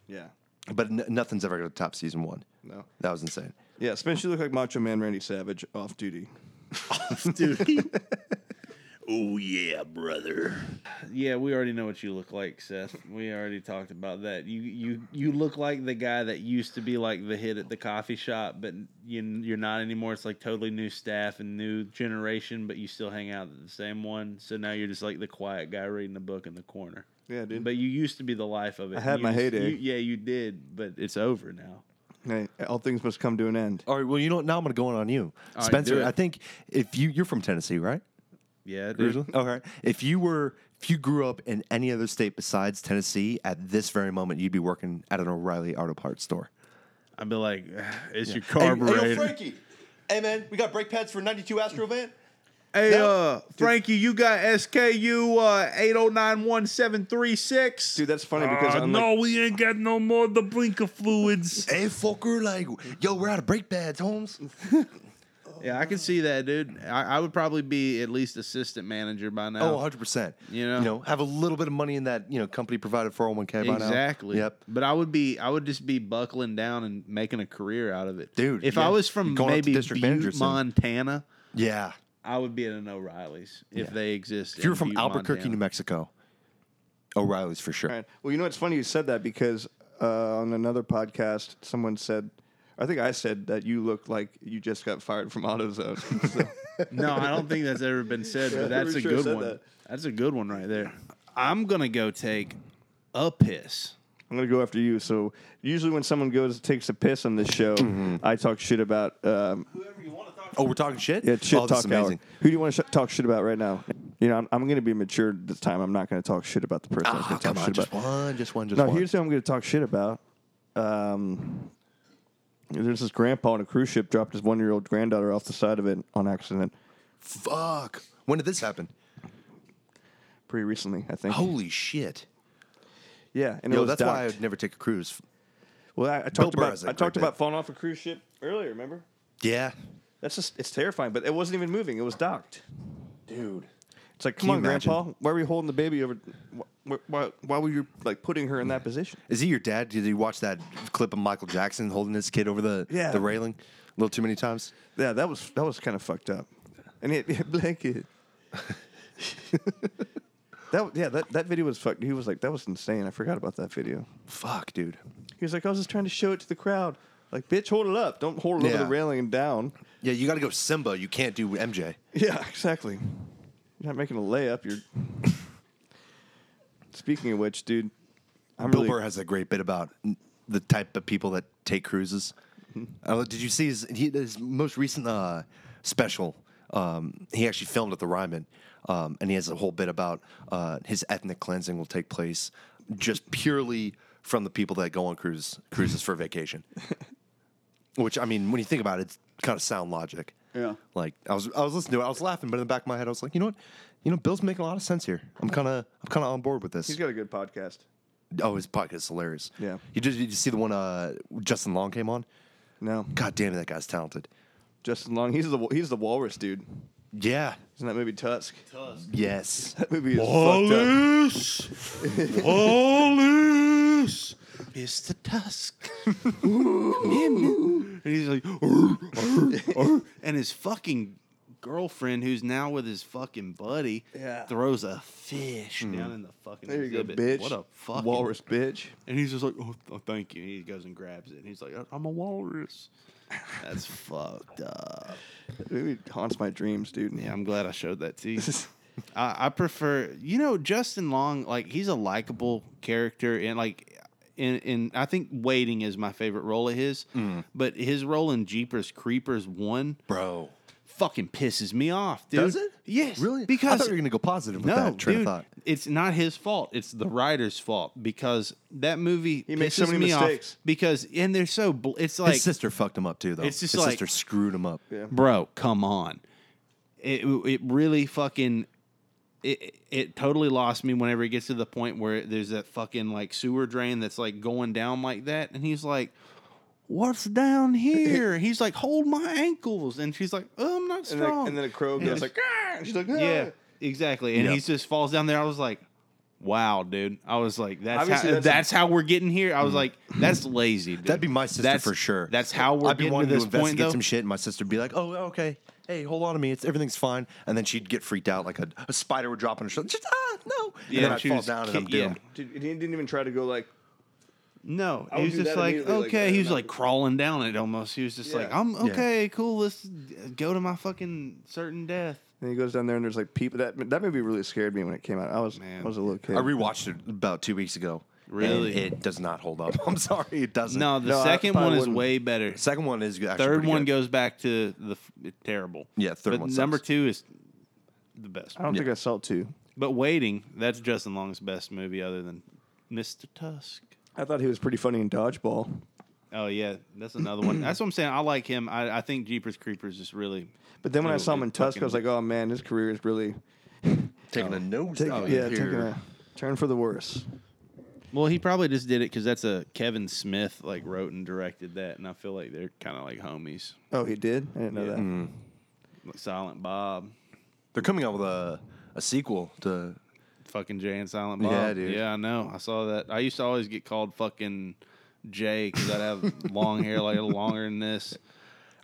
A: Yeah.
B: But n- nothing's ever going to top season one.
A: No.
B: That was insane.
A: Yeah, Spence, you look like Macho Man Randy Savage off duty.
D: Dude. oh, yeah, brother.
C: Yeah, we already know what you look like, Seth. We already talked about that. You you you look like the guy that used to be like the hit at the coffee shop, but you you're not anymore. It's like totally new staff and new generation, but you still hang out at the same one. So now you're just like the quiet guy reading a book in the corner.
A: Yeah, dude.
C: But you used to be the life of it.
A: I had
C: You
A: my
C: just-
A: heyday.
C: you- yeah, you did, but it's over now.
A: Hey, all things must come to an end.
B: All right, well, you know what? Now I'm going to go in on you,
C: All right, do
B: Spencer.
C: it.
B: I think if you you're from Tennessee, right?
C: Yeah, dude.
B: Originally? All right. If you were if you grew up in any other state besides Tennessee, at this very moment, you'd be working at an O'Reilly Auto Parts store.
C: I'd be like, it's your
B: yo,
C: carburetor.
B: Frankie. Hey, man, we got brake pads for 92 Astrovan.
C: Hey,
B: No.
C: uh, Frankie, you got SKU uh, 8091736.
A: Dude, that's funny because
B: Uh,
A: I'm like,
C: we ain't got Uh, no more of the blinker fluids.
B: Hey, fucker, like, yo, we're out of brake pads, Holmes.
C: Oh. Yeah, I can see that, dude. I, I would probably be at least assistant manager by
B: Oh,
C: now.
B: 100%.
C: You know?
B: You know, have a little bit of money in that, you know, company provided 401k by now.
C: exactly.
B: Yep.
C: But I would be, I would just be buckling down and making a career out of it,
B: Dude,
C: If
B: yeah.
C: I was from
B: You're going up to
C: maybe
B: district
C: Butte,
B: manager soon.
C: Montana,
B: Yeah.
C: I would be at an O'Reilly's if
B: Yeah.
C: they exist.
B: If you're
C: in
B: from
C: Butte,
B: Albuquerque,
C: Montana.
B: New Mexico, O'Reilly's for sure.
A: all right. well, you know, it's funny you said that because uh, on another podcast, someone said, I think I said that you look like you just got fired from AutoZone. So,
C: No, I don't think that's ever been said, but that's
A: we
C: a
A: sure
C: good
A: said
C: one.
A: that.
C: That's a good one right there. I'm gonna go take a piss.
A: I'm going to go after you. So usually when someone goes takes a piss on this show,
B: Mm-hmm.
A: I talk shit about um,
B: Oh, we're talking shit?
A: Yeah, shit
B: oh, this is
A: talk hour.
B: amazing.
A: Who do you want to sh- talk shit about right now? You know, I'm, I'm going to be mature this time. I'm not going to talk shit about the person. I'm
B: Oh,
A: gonna talk
B: come on,
A: shit
B: just
A: about.
B: one, just one, just
A: No,
B: one.
A: here's who I'm going to talk shit about. Um, there's this grandpa on a cruise ship dropped his one year old granddaughter off the side of it on accident
B: Fuck. When did this happen?
A: pretty recently, I think.
B: Holy shit.
A: yeah, and it
B: Oh. Yo,
A: was
B: that's
A: docked.
B: why I'd never take a cruise.
A: well, I, I
B: Bill
A: talked
B: Burr
A: about
B: is
A: I
B: that
A: talked
B: great
A: about
B: bit.
A: falling off a cruise ship earlier. Remember?
B: Yeah.
A: That's just it's terrifying, but it wasn't even moving. It was docked.
B: Dude.
A: It's like, come
B: you
A: on,
B: imagine?
A: grandpa, why were you holding the baby over? wh- wh- Why, why were you like putting her in that position?
B: Is he your dad? Did you watch that clip of Michael Jackson holding his kid over the,
A: Yeah.
B: the railing a little too many times?
A: Yeah, that was that was kind of fucked up. And he had, he had a blanket. that yeah, that, that video was fucked. He was like, that was insane. I forgot about that video.
B: Fuck, dude.
A: He was like, I was just trying to show it to the crowd. Like, bitch, hold it up. Don't hold it over
B: Yeah.
A: the railing and down.
B: Yeah, you got to go Simba. You can't do MJ.
A: Yeah, exactly. You're not making a layup. You're. Speaking of which, dude, I'm
B: Bill
A: really.
B: Burr has a great bit about n- the type of people that take cruises.
A: Mm-hmm.
B: Uh, did you see his, he, his most recent uh, special? Um, he actually filmed at the Ryman, um, and he has a whole bit about uh, his ethnic cleansing will take place just purely from the people that go on cruise cruises for vacation. Which I mean, when you think about it, it's kind of sound logic.
A: Yeah.
B: Like I was, I was listening to it, I was laughing, but in the back of my head, I was like, you know what? You know, Bill's making a lot of sense here. I'm kind of, I'm kind of on board with this.
A: He's got a good podcast.
B: Oh, his podcast's hilarious.
A: Yeah.
B: You did, did you see the one uh, Justin Long came on?
A: No,
B: God damn it, that guy's talented.
A: Justin Long. He's the he's the walrus dude.
B: Yeah.
A: Isn't that movie Tusk?
B: Yes.
A: That movie is fucked up.
C: Wallace, Wallace, Mr. Tusk. and he's like, "Arr, arr, arr," and his fucking girlfriend, who's now with his fucking buddy,
A: Yeah. Mm-hmm.
C: throws a fish down in the fucking
A: There you go,
C: exhibit.
A: bitch.
C: What a fucking
A: walrus, bitch.
C: And he's just like, oh, oh, thank you. And he goes and grabs it. And he's like, I'm a walrus. That's fucked up.
A: It haunts my dreams, dude.
C: Yeah, I'm glad I showed that to you. I, I prefer, you know, Justin Long. Like he's a likable character, and like, in in I think
B: Mm.
C: waiting is my favorite role of his. But his role in Jeepers Creepers one
B: Bro.
C: fucking pisses me off, dude.
B: Does it?
C: Yes.
B: Really? I
C: Because
B: thought you were going to go positive with that train
C: dude,
B: of thought.
C: It's not his fault. It's the writer's fault because that movie
A: He
C: pisses
A: made so many
C: me
A: mistakes.
C: off because and they're so bl- it's like
B: His sister fucked him up too, though.
C: It's just
B: His
C: like-
B: sister screwed him up.
A: Yeah.
C: bro, come on. It it really fucking it it totally lost me whenever it gets to the point where there's that fucking like sewer drain that's like going down like that and he's like What's down here? He's like, hold my ankles, and she's like, oh, I'm not
A: And then,
C: strong.
A: and then a crow
C: Yeah.
A: goes like, ah! and she's like, ah!
C: Yeah, exactly. And he just falls down there. I was like, wow, dude. I was like, that's
A: Obviously,
C: how, that's,
A: that's a-
C: how we're getting here. I was like, that's lazy. Dude.
B: Mm-hmm. That'd be my sister
C: That's-
B: for sure.
C: That's how we're
B: I'd be
C: getting to
B: wanting
C: this
B: to investigate
C: point, though.
B: some shit, and my sister'd be like, "Oh, okay, hey, hold on to me, it's everything's fine," and then she'd get freaked out like a, a spider would drop on her shoulder. Just ah, no, and
C: Yeah,
B: then I'd
C: she
B: fall
C: was
B: down and
C: ki-
B: I'm doomed.
C: yeah.
A: Dude, and he didn't even try to go like,
C: No,
A: I
C: he
A: would
C: was
A: do
C: just
A: that
C: like,
A: immediately, like,
C: okay. he
A: I'm
C: was
A: not-
C: like crawling down it almost. He was just like,
A: Yeah.
C: I'm
B: Yeah.
C: okay, cool. Let's go to my fucking certain death.
A: and he goes down there and there's like people. That that movie really scared me when it came out. I was
C: Man.
A: I was a little kid.
B: I rewatched it about two weeks ago. and
C: Really?
B: it does not hold up. I'm sorry, it doesn't.
C: No, the
A: No, I
C: second
A: probably
C: one is
A: wouldn't.
C: way better.
B: second one is actually
C: Third
B: pretty
C: one
B: good.
C: goes back to the f- terrible.
B: Yeah, third
C: but
B: one
C: Number
B: sucks.
C: two is the best.
A: I don't think I saw it too.
C: But waiting, that's Justin Long's best movie other than Mr. Tusk.
A: I thought he was pretty funny in Dodgeball.
C: Oh yeah, that's another one. That's what I'm saying. I like him. I, I think Jeepers Creepers is really.
A: But then when I
C: Dude,
A: saw him
C: it
A: in Tusk, I was like,
C: fucking-
A: oh man, his career is really
B: taking
C: Oh.
B: a nose.
A: taking
B: dive
A: yeah
B: here.
A: taking a turn for the worse.
C: Well, he probably just did it because that's a Kevin Smith like wrote and directed that, and I feel like they're kind of like homies.
A: Oh, he did. I didn't know
C: Yeah.
A: that.
C: Like Silent Bob,
B: They're coming out with a a sequel to
C: fucking Jay and Silent Bob.
B: Yeah, dude.
C: Yeah, I know. I saw that. I used to always get called fucking Jay because I'd have long hair, like a little longer than this.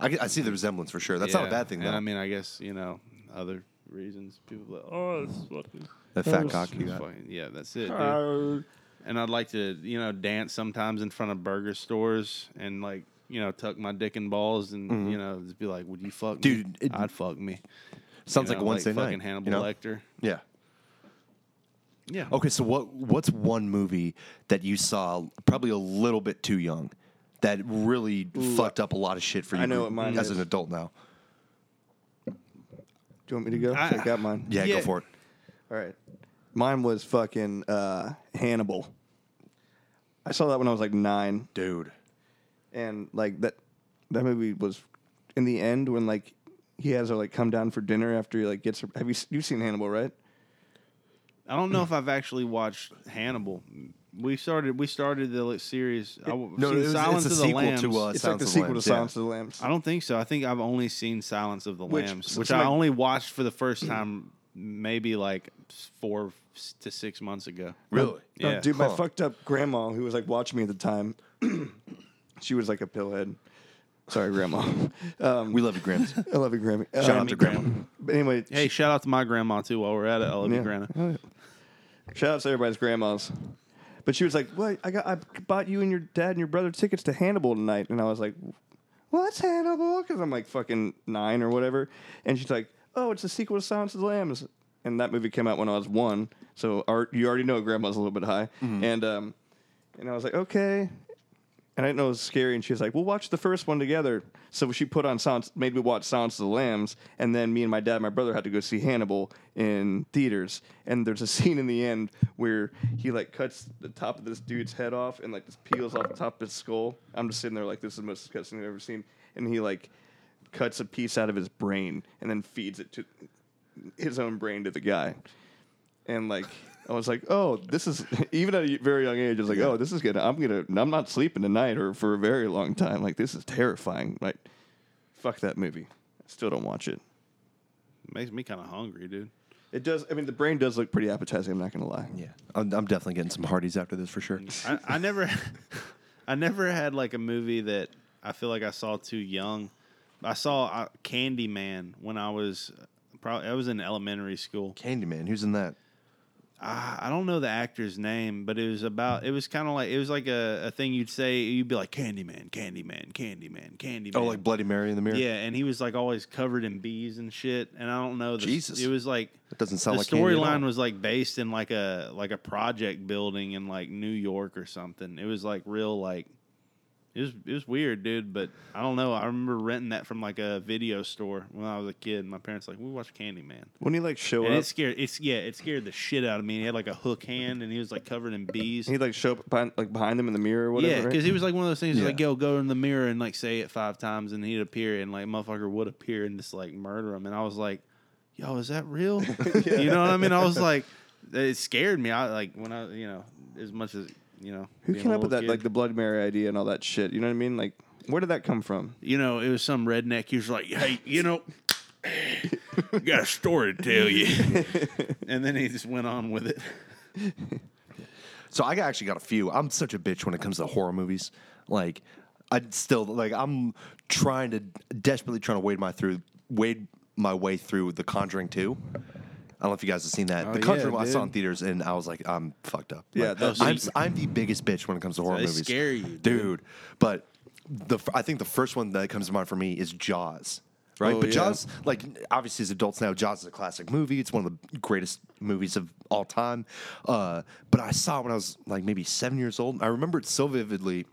B: I, I see the resemblance for sure. That's not a
C: Yeah.
B: bad thing, though.
C: And I mean, I guess you know other reasons. People are like, oh, it's fucking.
B: the fat cock you
C: it's
B: got.
C: fucking- yeah, that's it. Dude. and I'd like to, you know, dance sometimes in front of burger stores and like, you know, tuck my dick in balls and you know, just be like, "Would you fuck me?"
B: Mm-hmm. Dude, it-
C: I'd fuck me.
B: Sounds
C: You
B: like
C: know,
B: a Wednesday night.
C: fucking
B: you
C: Hannibal
B: know? Oh.
C: Lecter.
B: Yeah.
C: Yeah.
B: Okay, so what what's one movie that you saw probably a little bit too young that really fucked up a lot of shit for you
A: I know what mine
B: as
A: is.
B: an adult now?
A: Do you want me to go?
C: I-
A: I, I got mine.
B: Yeah,
C: Yeah.
B: go for it.
A: All right. Mine was fucking uh, Hannibal. I saw that when I was like nine,
B: Dude.
A: and like that that movie was in the end when like he has her like come down for dinner after he like gets her. Have you s- you've seen Hannibal right?
C: I don't know if I've actually watched Hannibal. We started we started the like, series. I, w-
B: No,
C: seen
B: it was, it's
C: Silence
B: a
C: of the
B: sequel
C: Lambs.
B: to uh,
A: it's like
B: Silence
A: the
B: of
A: sequel
B: Lambs,
A: to
B: yeah.
A: Silence of the Lambs.
C: I don't think so. I think I've only seen Silence of the
A: Which-
C: Lambs,
A: so
C: which
A: it's
C: I
A: like-
C: only watched for the first time maybe like 4 to 6 months ago.
B: Really?
A: No,
C: Yeah.
A: Uh, dude, my
B: Huh.
A: fucked up grandma who was like watching me at the time, she was like a pillhead. Sorry, grandma. um,
B: We love you, Gramps.
A: I love you, Grammy. Shout
B: out to grandma.
A: But anyway,
C: Hey, shout out to my grandma too. While we're at it, I love you, Grandma.
A: Oh, yeah. Shout out to everybody's grandmas. But she was like, "What? I got I bought you and your dad and your brother tickets to Hannibal tonight." And I was like, "What's Hannibal?" Because I'm like fucking nine or whatever. And she's like, "Oh, it's a sequel to Silence of the Lambs." And that movie came out when I was one, so our, you already know grandma's a little bit high. And um, and I was like, "Okay." And I didn't know it was scary. And she was like, "We'll watch the first one together." So she put on Silence, made me watch Silence of the Lambs, and then me and my dad, and my brother, had to go see Hannibal in theaters. And there's a scene in the end where he like cuts the top of this dude's head off, and like just peels off the top of his skull. I'm just sitting there like, "This is the most disgusting thing I've ever seen." And he like cuts a piece out of his brain and then feeds it to his own brain to the guy and like I was like, oh, this is even at a very young age. I was like, oh, this is gonna. I'm gonna. I'm not sleeping tonight or for a very long time. Like this is terrifying. Like, fuck that movie. I still don't watch it.
C: Makes me kind of hungry, dude.
A: It does. I mean, the brain does look pretty appetizing. I'm not gonna lie.
B: yeah. I'm, I'm definitely getting some Hardee's after this for sure.
C: I, I never, I never had like a movie that I feel like I saw too young. I saw uh, Candyman when I was probably I was in elementary school.
B: Candyman, who's in that?
C: I, I don't know the actor's name, but it was about it was kind of like it was like a, a thing you'd say. You'd be like Candyman, Candyman, Candyman, Candyman.
B: Oh, like Bloody Mary in the mirror?
C: yeah, and he was like always covered in bees and shit. And I don't know. The,
B: Jesus.
C: it was like
B: That doesn't sound
C: the
B: like candy at all.
C: storyline was like based in like a like a project building in like New York or something. It was like real like It was it was weird, dude. But I don't know. I remember renting that from like a video store when I was a kid. My parents like we watched Candyman.
A: When he like show
C: And
A: up,
C: it scared. It's yeah. It scared the shit out of me. He had like a hook hand, and he was like covered in bees.
A: he like show up behind, like behind him in the mirror or whatever.
C: yeah,
A: right?
C: because he was like one of those things. Like,
B: Yeah.
C: yo, go in the mirror and like say it five times, and he'd appear, and like motherfucker would appear and just like murder him. And I was like, yo, is that real? You know what I mean? I was like, it scared me. I like when I, you know, as much as you know,
A: who
C: being a
A: came up with that
C: little
A: like
C: kid.
A: the Blood Mary idea and all that shit? You know what I mean? Like, where did that come from?
C: you know, it was some redneck. He was like, "Hey, you know, I got a story to tell you," and then he just went on with it.
B: So I got- actually got a few. I'm such a bitch when it comes to horror movies. Like I still like I'm trying to desperately trying to wade my through wade my way through The Conjuring 2. I don't know if you guys have seen that. the
A: Oh, yeah,
B: Conjuring I saw in
A: dude.
B: theaters and I was like I'm fucked up.
A: Yeah,
B: Like,
A: that's-
B: I'm, I'm the biggest bitch when it comes to horror
C: they
B: movies.
C: scare you, dude.
B: dude. But the f- I think the first one that comes to mind for me is Jaws. Right,
A: Oh,
B: but
A: yeah.
B: Jaws, like obviously as adults now, Jaws is a classic movie. It's one of the greatest movies of all time. Uh, but I saw it when I was like maybe seven years old. and I remember it so vividly.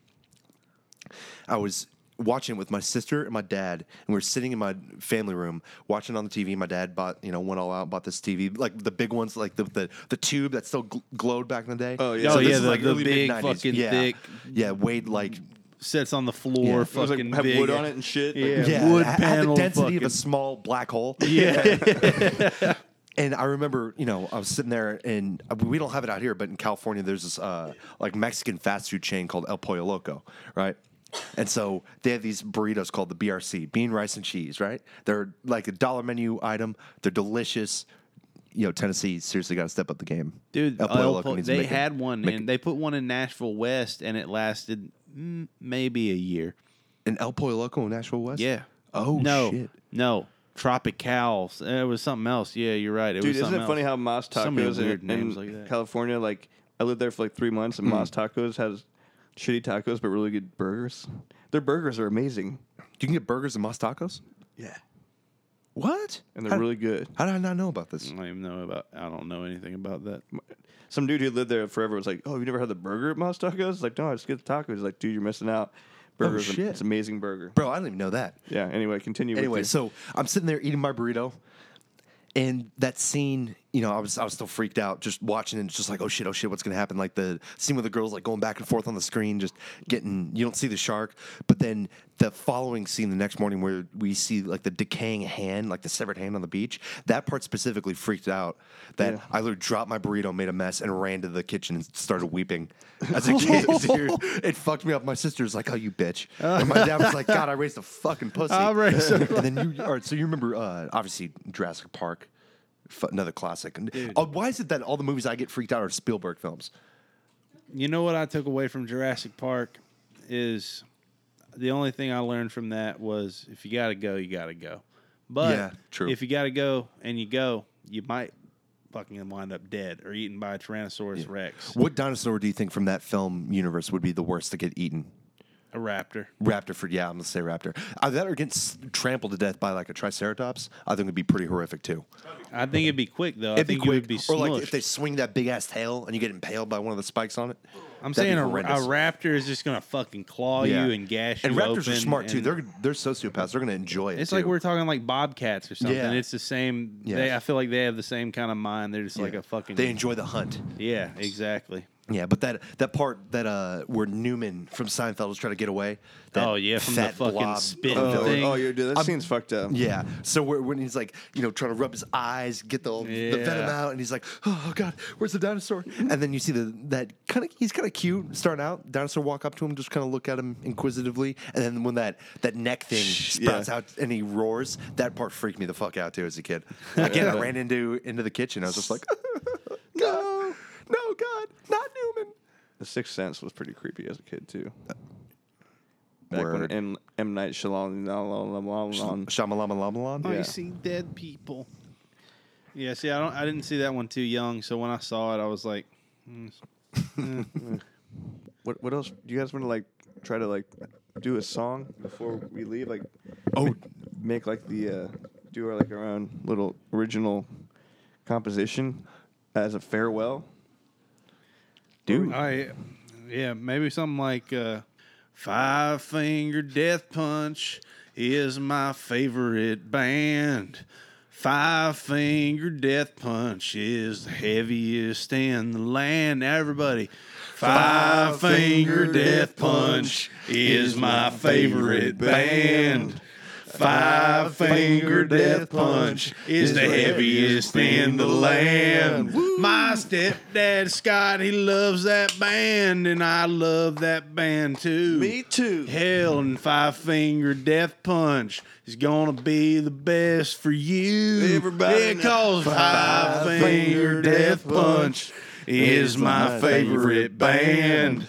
B: I was watching it with my sister and my dad, and we were sitting in my family room watching it on the TV. My dad bought, you know, went all out, bought this TV, like the big ones, like the the, the tube that still gl- glowed back in the day.
A: Oh, yeah. Oh,
B: this
C: yeah,
B: is,
C: the- the
B: early
C: big
B: mid-nineties.
C: fucking
B: yeah.
C: thick-
B: Yeah, weighed like
C: Sits on the floor,
B: Yeah. It
A: It was,
C: fucking
A: like have
C: big.
A: wood on it and shit. Like,
C: Yeah.
B: yeah,
C: wood
B: it had the
C: panel
B: density of
C: fucking-
B: a small black hole.
C: Yeah,
B: And I remember, you know, I was sitting there, and uh, we don't have it out here, but in California, there's this uh, like Mexican fast food chain called El Pollo Loco, right? And so they have these burritos called the BRC, bean, rice, and cheese, right? They're like a dollar menu item. They're delicious. You know, Tennessee seriously got to step up the game.
C: dude.
B: El Pollo
C: El
B: Loco
C: Po-
B: needs to
C: they
B: make it-
C: had one,
B: make
C: and they put one in Nashville West, and it lasted mm, maybe a year.
B: an El Pollo Loco in Nashville West.
C: Yeah.
B: Oh
C: no,
B: shit.
C: no. Tropicals. It was something else. Yeah, you're right. It
A: Dude,
C: was
A: isn't
C: something
A: it funny
C: else.
A: how Moss
C: So many
A: Tacos
C: weird
A: in, in
C: names like that. Hmm.
A: California? Like, I lived there for like three months, and Moss Tacos has shitty tacos but really good burgers. Their burgers are amazing.
B: You can get burgers and Mas Tacos.
A: Yeah,
B: What?
A: and they're
B: how,
A: really good.
B: How did I not know about this?
C: I don't even know about. I don't know anything about that.
A: Some dude who lived there forever was like, "Oh, you never had the burger at Moss Tacos?" It's like, no, I just get the tacos. He's like, dude, you're missing out.
C: Oh,
A: Burgers,
B: shit.
A: it's an amazing burger.
B: Bro, I didn't even know that.
A: Yeah. Anyway, continue.
B: anyway,
A: with your-
B: so I'm sitting there eating my burrito, and that scene, you know, I was I was still freaked out just watching it, just like, oh shit, oh shit, what's gonna happen? Like the scene with the girls like going back and forth on the screen, just getting you don't see the shark, but then the following scene the next morning where we see like the decaying hand, like the severed hand on the beach. That part specifically freaked out that
A: Yeah.
B: I literally dropped my burrito, made a mess, and ran to the kitchen and started weeping as a kid. dude. It fucked me up. My sister's like, "Oh, you bitch," and my dad was like, "God, I raised a fucking pussy."
C: I raised a
B: and then you, all right, so you remember, uh, obviously, Jurassic Park, f- another classic. And- uh, why is it that all the movies I get freaked out are Spielberg films?
C: You know what I took away from Jurassic Park is the only thing I learned from that was if you got to go, you got to go. But
B: Yeah, true.
C: if you got to go and you go, you might fucking wind up dead or eaten by a Tyrannosaurus Rex,
B: What dinosaur do you think from that film universe would be the worst to get eaten?
C: a raptor.
B: Raptor for yeah, I'm gonna say raptor. Either that or get s- trampled to death by like a triceratops, I think would be pretty horrific too.
C: I think it'd be quick though. I
B: It'd
C: think
B: be quick,
C: it would be
B: or like if
C: smushed.
B: they swing that big ass tail and you get impaled by one of the spikes on it.
C: I'm
B: that'd be
C: saying a, a
B: horrendous.
C: raptor is just gonna fucking claw you and gash
B: And
C: you.
B: raptors are
C: open
B: smart too.
C: and-
B: They're they're sociopaths. They're gonna enjoy it.
C: It's like
B: too.
C: we're talking like bobcats or something.
B: Yeah.
C: It's the same.
B: Yeah.
C: They, I feel like they have the same kind of mind. They're just like a fucking.
B: They enjoy the hunt.
C: yeah, exactly.
B: Yeah, but that that part that uh where Newman from Seinfeld was trying to get away. That
C: Oh, yeah, from the
B: fat
C: fucking
B: blob
C: spit
B: of
A: oh,
B: villain.
C: thing.
A: oh, yeah, dude, that scene's fucked up.
B: Yeah, so where, when he's like, you know, trying to rub his eyes, get the, the venom
C: Yeah.
B: out, and he's like, "Oh God, where's the dinosaur?" And then you see the that kind of he's kind of cute starting out. Dinosaur walk up to him, just kind of look at him inquisitively, and then when that that neck
A: yeah.
B: thing sprouts out and he roars, that part freaked me the fuck out too as a kid. Again, I ran into into the kitchen. I was just like, "No, no, God, not Newman."
A: The Sixth Sense was pretty creepy as a kid too. Back
B: Word.
A: when M, M Night Shyamalan.
B: Shamalama
A: Yeah.
C: I see dead people. Yeah, see, I don't. I didn't see that one too young. So when I saw it, I was like, mm,
A: What what else? Do you guys want to like try to like do a song before we leave? Like
B: Oh,
A: make like the uh, do our like our own little original composition as a farewell.
C: Oh, I, yeah, maybe something like uh, Five Finger Death Punch is my favorite band. Five Finger Death Punch is the heaviest in the land. Everybody, Five Finger Death Punch is my favorite band. Five Finger Death Punch is the heaviest in the land. My stepdad Scott, he loves that band, and I love that band too.
A: Me too.
C: Hell and Five Finger Death Punch is gonna be the best for you.
A: Everybody
C: it
A: knows
C: calls Five Finger Death Punch is my favorite band.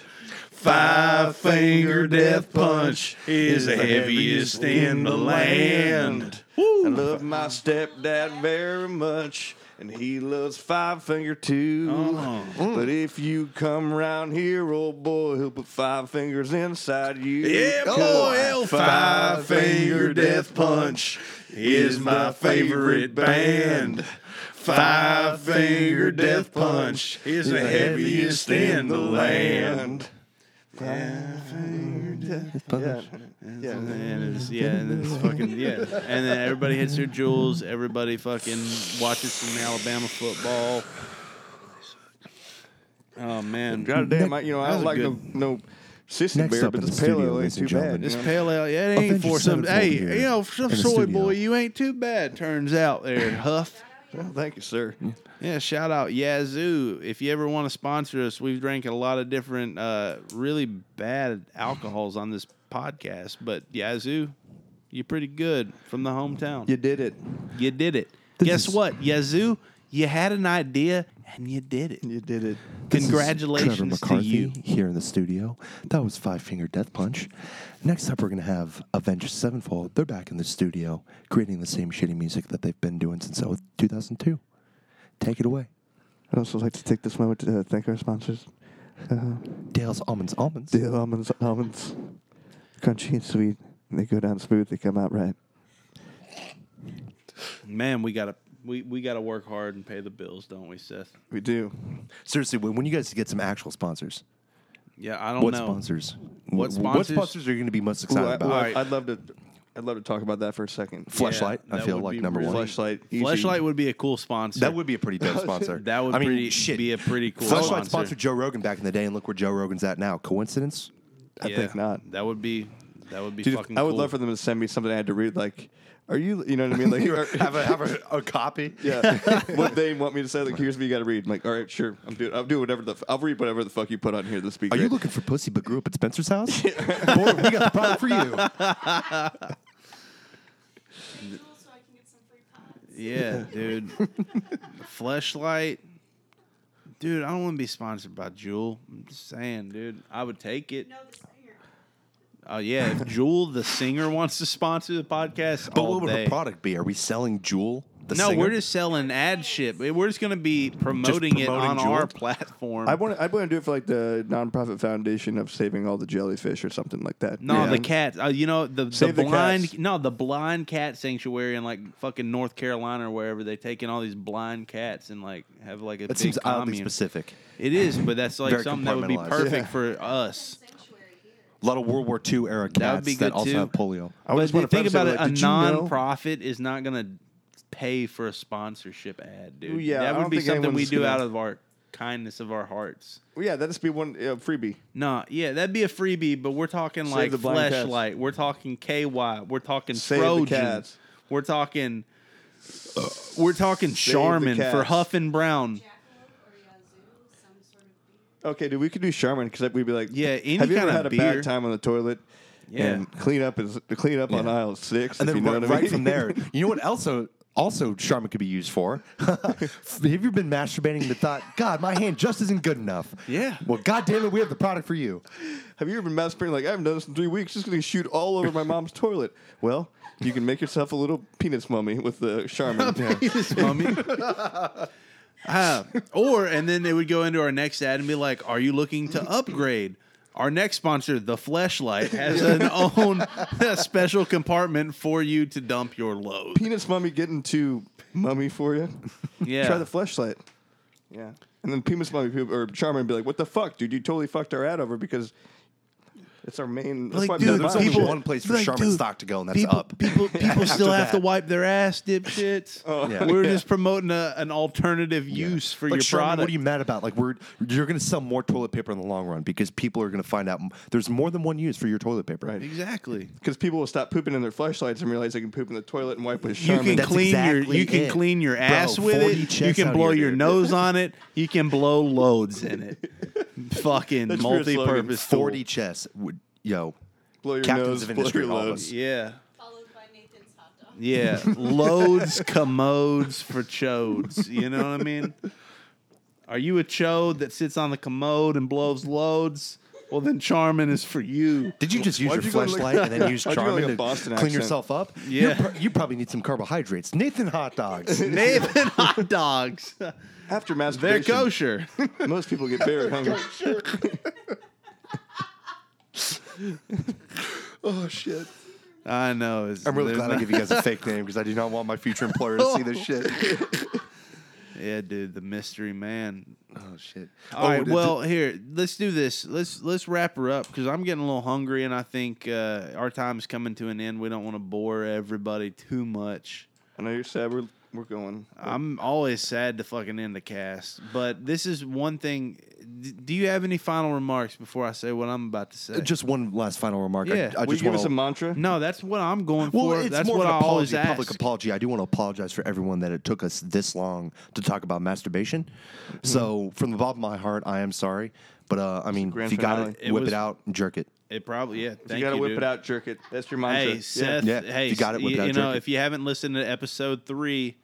C: Five Finger Death Punch is the heaviest in the land.
A: I love my stepdad very much, and he loves Five Finger too.
C: Oh.
A: But if you come round here, old boy, he'll put five fingers inside you.
C: Yeah,
A: Come
C: boy,
A: on.
C: hell, Five Finger Death Punch is my favorite band. Five Finger Death Punch is the heaviest in the land.
A: Five Finger Death Punch. Yeah.
C: And then it's, yeah, and then it's fucking yeah, and then everybody hits their jewels. Everybody fucking watches some Alabama football. Oh man,
A: Goddamn, I, you know, I
C: That
A: don't
C: was
A: like no,
C: good.
A: no sissy
B: Next
A: bear,
B: up
A: but
B: in
A: this
B: the
A: pale
B: studio,
A: ale ain't
B: ladies
A: too
B: and
A: bad.
B: gentlemen,
A: you
C: This
A: know?
C: pale ale, yeah, it ain't
B: thank you,
C: for some.
B: Senator Ford,
C: Hey,
B: here
C: you know, some
B: in the
C: soy
B: studio.
C: boy, you ain't too bad. Turns out there, Huff.
A: Well, oh, thank you, sir.
C: Yeah, shout out Yazoo. If you ever want to sponsor us, we've drank a lot of different, uh, really bad alcohols on this podcast, but Yazoo, you're pretty good from the hometown.
A: You did it.
C: You did it.
B: This
C: Guess
B: is-
C: what, Yazoo? You had an idea and you did it.
A: You did it.
B: This is Trevor
C: Congratulations to
B: McCarthy
C: you.
B: here in the studio. That was Five Finger Death Punch. Next up, we're going to have Avenged Sevenfold. They're back in the studio creating the same shitty music that they've been doing since oh, 2002. Take it away.
A: I'd also like to take this moment to uh, thank our sponsors.
B: Dale's Almonds Almonds.
A: The almonds, almonds, crunchy and sweet. They go down smooth. They come out right.
C: Man, we gotta we, we gotta work hard and pay the bills, don't we, Seth?
A: We do.
B: Seriously, when, when you guys get some actual sponsors,
C: Yeah, I don't
B: what
C: know.
B: sponsors?
C: What
B: Wh- What
C: sponsors?
B: sponsors are you going to be most
A: Ooh,
B: excited
A: I,
B: about?
A: ooh, I-
C: Alright.
A: I'd love to. I'd love to talk about that for a second.
B: Fleshlight, I
C: that
B: feel
C: would
B: like
C: be
B: number
C: really-
B: one.
A: Fleshlight. easy.
C: Fleshlight would be a cool sponsor.
B: That would be a pretty dope sponsor.
C: That would
B: I mean,
C: pretty-
B: shit.
C: be a pretty cool
B: Fleshlight
C: sponsor.
B: sponsored Joe Rogan back in the day, and look where Joe Rogan's at now. Coincidence?
A: I think not.
C: That would be that would be
A: Dude,
C: fucking
A: I would
C: cool.
A: love for them to send me something I had to read. Like, are you? You know what I mean? Like, are-
B: have a, have a, a copy.
A: yeah. what they want me to say? Like, here's what you got to read. I'm like, all right, sure. I'm doing. I'll do whatever the. F- I'll read whatever the fuck you put on here. This be
B: Are
A: great.
B: you looking for pussy but grew up at Spencer's house? Boy, we got the product for you.
E: so I can get some free pods.
C: Yeah, dude. Fleshlight. Dude, I don't want to be sponsored by Jewel. I'm just saying, dude. I would take it.
E: No, the singer.
C: Oh yeah, if Jewel the singer wants to sponsor the podcast,
B: But
C: all
B: what would
C: day.
B: her product be? Are we selling Jewel? The
C: no,
B: singer?
C: we're just selling ad shit. We're just gonna be promoting, it
B: promoting
C: on
B: Juul?
C: our platform.
A: I want. to. I want to do it for like the nonprofit foundation of saving all the jellyfish or something like that.
C: no,
A: Yeah.
C: the cats. Uh, you know the, the
A: Save the
C: blind.
A: cats.
C: no, the blind cat sanctuary in like fucking North Carolina or wherever they take in all these blind cats and like have like a
B: That
C: big
B: seems oddly
C: commune.
B: specific.
C: It is, but that's like
B: Very
C: something that would be
B: compartmentalized.
C: perfect
A: Yeah.
C: for us.
E: Sanctuary here.
B: A lot of World War II era cats
C: That would be good
B: that also
C: too.
B: have polio.
A: I would
C: But
A: just wanna
C: think
A: preface it
C: about
A: with,
C: it,
A: like,
C: a
A: did you know-
C: non-profit is not going to pay for a sponsorship ad, dude.
A: Ooh, yeah, I
C: that would
A: don't
C: be
A: think
C: something we
A: anyone's
C: do
A: gonna-
C: out of our kindness of our hearts.
A: Well, yeah, that'd just be one uh, freebie.
C: Nah, yeah, that'd be a freebie, but we're talking
A: Save
C: like
A: the blind cats.
C: flashlight. We're talking KY. We're talking
A: Save the
C: Trojan.
A: cats.
C: We're talking. We're talking
A: the
C: Charmin for
A: cats.
C: Huff and Brown.
E: Jackalope or Yazoo, some sort of beer.
A: Okay, dude, we could do Charmin because we'd be like,
C: Yeah, any
A: have you ever
C: kind of
A: had a
C: beer.
A: bad time on the toilet?
C: Yeah.
A: and clean up is clean up on
B: Yeah.
A: aisle six,
B: And
A: if
B: then
A: you know
B: right,
A: what I mean?
B: right from there, you know what Also, Also, Charmin could be used for. Have you ever been masturbating and thought, God, my hand just isn't good enough?
C: Yeah.
B: Well, God damn it, we have the product for you.
A: Have you ever been masturbating like I haven't done this in three weeks? Just gonna shoot all over my mom's toilet. Well, you can make yourself a little penis mummy with the Charmin.
C: penis mummy. Ah, or and then they would go into our next ad and be like, "Are you looking to upgrade?" Our next sponsor, the Fleshlight, has an own special compartment for you to dump your load.
A: Penis mummy getting too mummy for you.
C: Yeah.
A: Try the fleshlight. Yeah. And then penis mummy people or Charmin be like, "What the fuck, dude? You totally fucked our ad over because It's our main. That's
C: Like,
A: why I'm
C: dude,
B: No,
A: doing
B: there's
A: my
B: only
A: shit.
C: people-
B: one place for
C: like,
B: Charmin
C: dude,
B: stock to go, and that's
C: people,
B: up.
C: people, people still
B: After
C: have
B: that.
C: to
B: Oh,
C: wipe their ass, dipshits.
B: Yeah.
C: We're just promoting a, an alternative use for
B: Like,
C: your
B: Charmin,
C: product.
B: What are you mad about? Like we're you're going to sell more toilet paper in the long run because people are going to find out m- there's more than one use for your toilet paper.
A: Right.
C: exactly.
A: Because people will stop pooping in their flashlights and realize they can poop in the toilet and wipe with
C: You
A: Charmin.
C: can
B: That's
C: clean your
B: exactly
C: you can
B: it.
C: clean your ass
B: 40
C: with it. You
B: checks
C: can
B: out
C: blow
B: here,
C: your
B: dude.
C: nose on it. You can blow loads in it. Fucking
A: That's your slogan,
C: multi-purpose tool.
B: Forty chess would yo.
A: blow your
B: Captains
A: nose,
B: of
A: blow
B: industry,
A: your
B: all of
A: loads.
B: us.
C: Yeah.
E: followed by Nathan's hot dog.
C: Yeah, loads, commodes for chodes. You know what I mean? Are you a chode that sits on the commode and blows loads? Well, then Charmin is for you.
B: Did you just use
A: Why'd
B: your
A: you go like-
B: flashlight and then use
A: Why'd you go like
B: Charmin
A: a
B: to
A: Boston
B: clean
A: accent?
B: yourself up?
C: Yeah.
B: You're pro- you probably need some carbohydrates. Nathan hot dogs.
C: Nathan hot dogs.
A: After
C: They're
A: masturbation,
C: kosher.
A: most people get very hungry.
B: oh shit!
C: I know. It's,
B: I'm really
C: they're
B: glad I
C: not-
B: give you guys a fake name because I do not want my future employer to see this shit.
C: Yeah, dude, the mystery man.
B: Oh shit!
C: All right.
B: did-
C: Well, here, let's do this. Let's let's wrap her up because I'm getting a little hungry, and I think uh, our time's coming to an end. We don't want to bore everybody too much.
A: I know you're sad. We're, we're going.
C: I'm always sad to fucking end the cast, but this is one thing. D- do you have any final remarks before I say what I'm about to say?
B: just one last final remark. I-
C: Yeah.
B: I,
A: Will you
B: just
A: give
B: want
A: us a
B: to.
A: mantra?
C: no, that's what I'm going
B: Well,
C: for.
B: it's
C: That's
B: more
C: what
B: of an
C: I always
B: apology,
C: ask.
B: public apology. I do want to apologize for everyone that it took us this long to talk about masturbation.
C: Hmm.
B: So, from the bottom of my heart, I am sorry. But uh, I mean,
A: grand
B: if you got
A: finale.
B: it,
C: It
B: whip
C: was-
B: it out and jerk it.
C: It probably yeah. Thank
A: you gotta whip
C: dude.
A: it out, jerk it. That's your mantra.
C: Hey,
A: Yeah.
C: Seth.
B: Yeah,
C: Hey,
B: if you got it, whip
C: you,
B: it out,
C: you know,
B: jerk it.
C: if you haven't listened to episode three,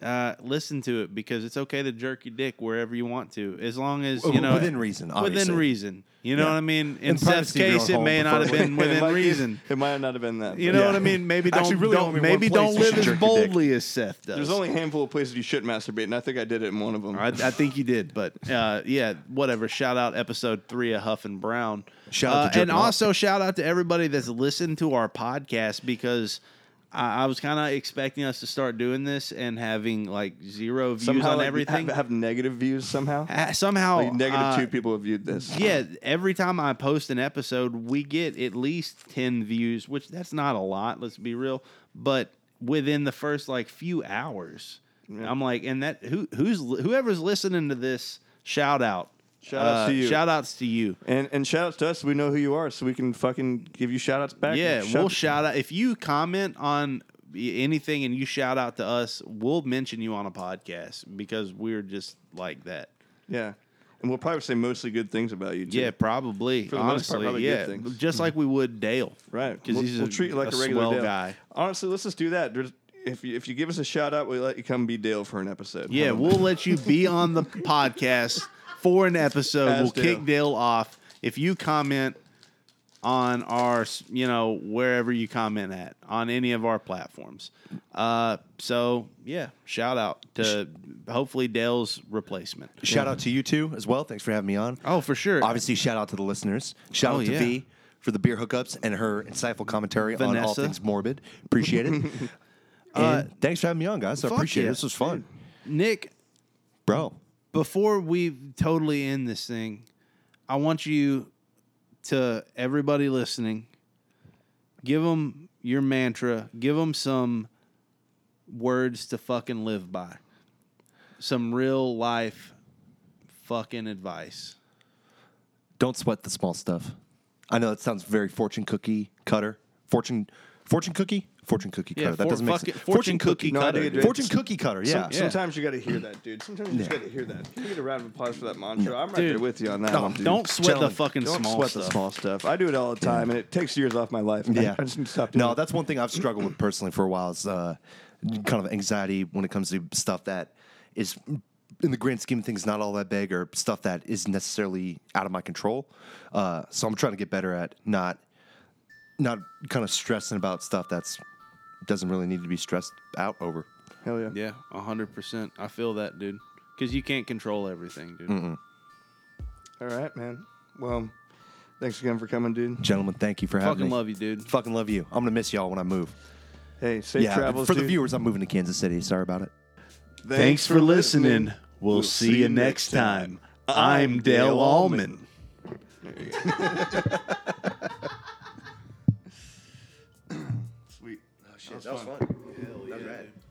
C: uh, listen to it because it's okay to jerk your dick wherever you want to, as long as you
B: Well,
C: know
B: within reason,
C: Within
B: obviously.
C: reason, you know
B: Yeah.
C: what I mean. In
B: In
C: Seth's
B: privacy of your
C: case,
B: own
C: it
B: home,
C: may not have been
A: It might
C: within
A: be-
C: reason.
A: It might not have been that.
C: You
A: but
C: know
B: Yeah.
C: what I mean? Maybe don't
B: Actually, really
C: don't
B: only one
C: maybe
B: place
C: don't
B: you
C: live
B: should
C: as
B: jerk your dick.
C: boldly as Seth does.
A: There's only a handful of places you should masturbate, and I think I did it in one of them.
C: I, I think you did, but uh, yeah, whatever. Shout out episode three of Huff and Brown.
B: Shout out to
C: Uh,
B: Jerk
C: and
B: Him Off.
C: also shout out to everybody that's listened to our podcast because I, I was kind of expecting us to start doing this and having like zero views
A: somehow
C: on
A: like,
C: everything.
A: have, have negative views somehow.
C: Uh, somehow,
A: Like, negative
C: uh,
A: two people have viewed this.
C: yeah, every time I post an episode, we get at least 10 views, which that's not a lot, let's be real, but within the first like few hours. I'm like, and that who who's whoever's listening to this, shout out. Uh,
A: Shout outs to you.
C: Shout outs to you.
A: And and shout outs to us. so We know who you are, so we can fucking give you shout outs back.
C: Yeah,
A: Shout-
C: we'll shout out if you comment on anything and you shout out to us, we'll mention you on a podcast because we're just like that.
A: yeah, and we'll probably say mostly good things about you. Too.
C: Yeah, probably.
A: For the most
C: honestly,
A: part, probably
C: yeah.
A: good things.
C: Just like we would Dale.
A: right.
C: Because
A: we'll,
C: he's
A: we'll
C: a,
A: treat you like a, regular
C: swell
A: Dale.
C: guy.
A: Honestly, let's just do that. There's, if you, if you give us a shout out, we let you come be Dale for an episode.
C: Yeah,
A: Huh?
C: we'll let you be on the podcast for an episode.
A: As
C: we'll
A: Dale.
C: kick Dale off if you comment on our, you know, wherever you comment at on any of our platforms. Uh, so yeah, shout out to hopefully Dale's replacement.
B: Shout out to you two as well. Thanks for having me on.
C: Oh, for sure.
B: Obviously, shout out to the listeners. Shout
C: Oh,
B: out to
C: yeah.
B: V for the beer hookups and her insightful commentary on all
C: Vanessa.
B: things morbid. Appreciate it. and
C: Uh,
B: thanks for having me on, guys. I
C: fuck
B: appreciate
C: yeah.
B: it. This was fun,
C: Nick,
B: bro.
C: before we totally end this thing, I want you to everybody listening, give them your mantra, give them some words to fucking live by, some real life fucking advice.
B: Don't sweat the small stuff. I know that sounds very fortune cookie cutter. Fortune, fortune cookie, fortune cookie
C: Yeah,
B: cutter. that
C: for-
B: doesn't make
C: fucking-
B: sense.
C: fortune cookie
A: No, I cutter, did- dude.
B: Fortune cookie cutter. Yeah.
A: Some- Sometimes you got to hear that, dude. Sometimes you just
B: Yeah.
A: got to hear that. Can you get a round of applause for that mantra? I'm right there
C: Dude.
A: with you on that
B: Oh,
A: one, dude.
C: Don't sweat the
B: Gentlemen,
C: fucking
A: Don't
C: small
A: sweat
C: stuff.
A: the small stuff. I do it all the time, and it takes years off my life. I-
B: Yeah.
A: I just need to stop doing
B: no,
A: it.
B: that's one thing I've struggled with personally for a while is uh, kind of anxiety when it comes to stuff that is, in the grand scheme of things, not all that big or stuff that is necessarily out of my control. Uh, so I'm trying to get better at not, not kind of stressing about stuff that's doesn't really need to be stressed out over.
A: Hell yeah.
C: Yeah, hundred percent. I feel that, dude. Because you can't control everything, dude.
A: All right, man. Well, thanks again for coming, dude.
B: Gentlemen, thank you for having
C: Fucking
B: me.
C: love you, dude.
B: Fucking love you. I'm gonna miss y'all when I move.
A: Hey, safe
B: yeah,
A: travels.
B: for the
A: dude.
B: viewers, I'm moving to Kansas City. Sorry about it.
C: Thanks for listening. We'll see you next time. I'm Dale Allman.
A: Yeah.
F: Sweet.
A: Oh, shit, that was fun. All right.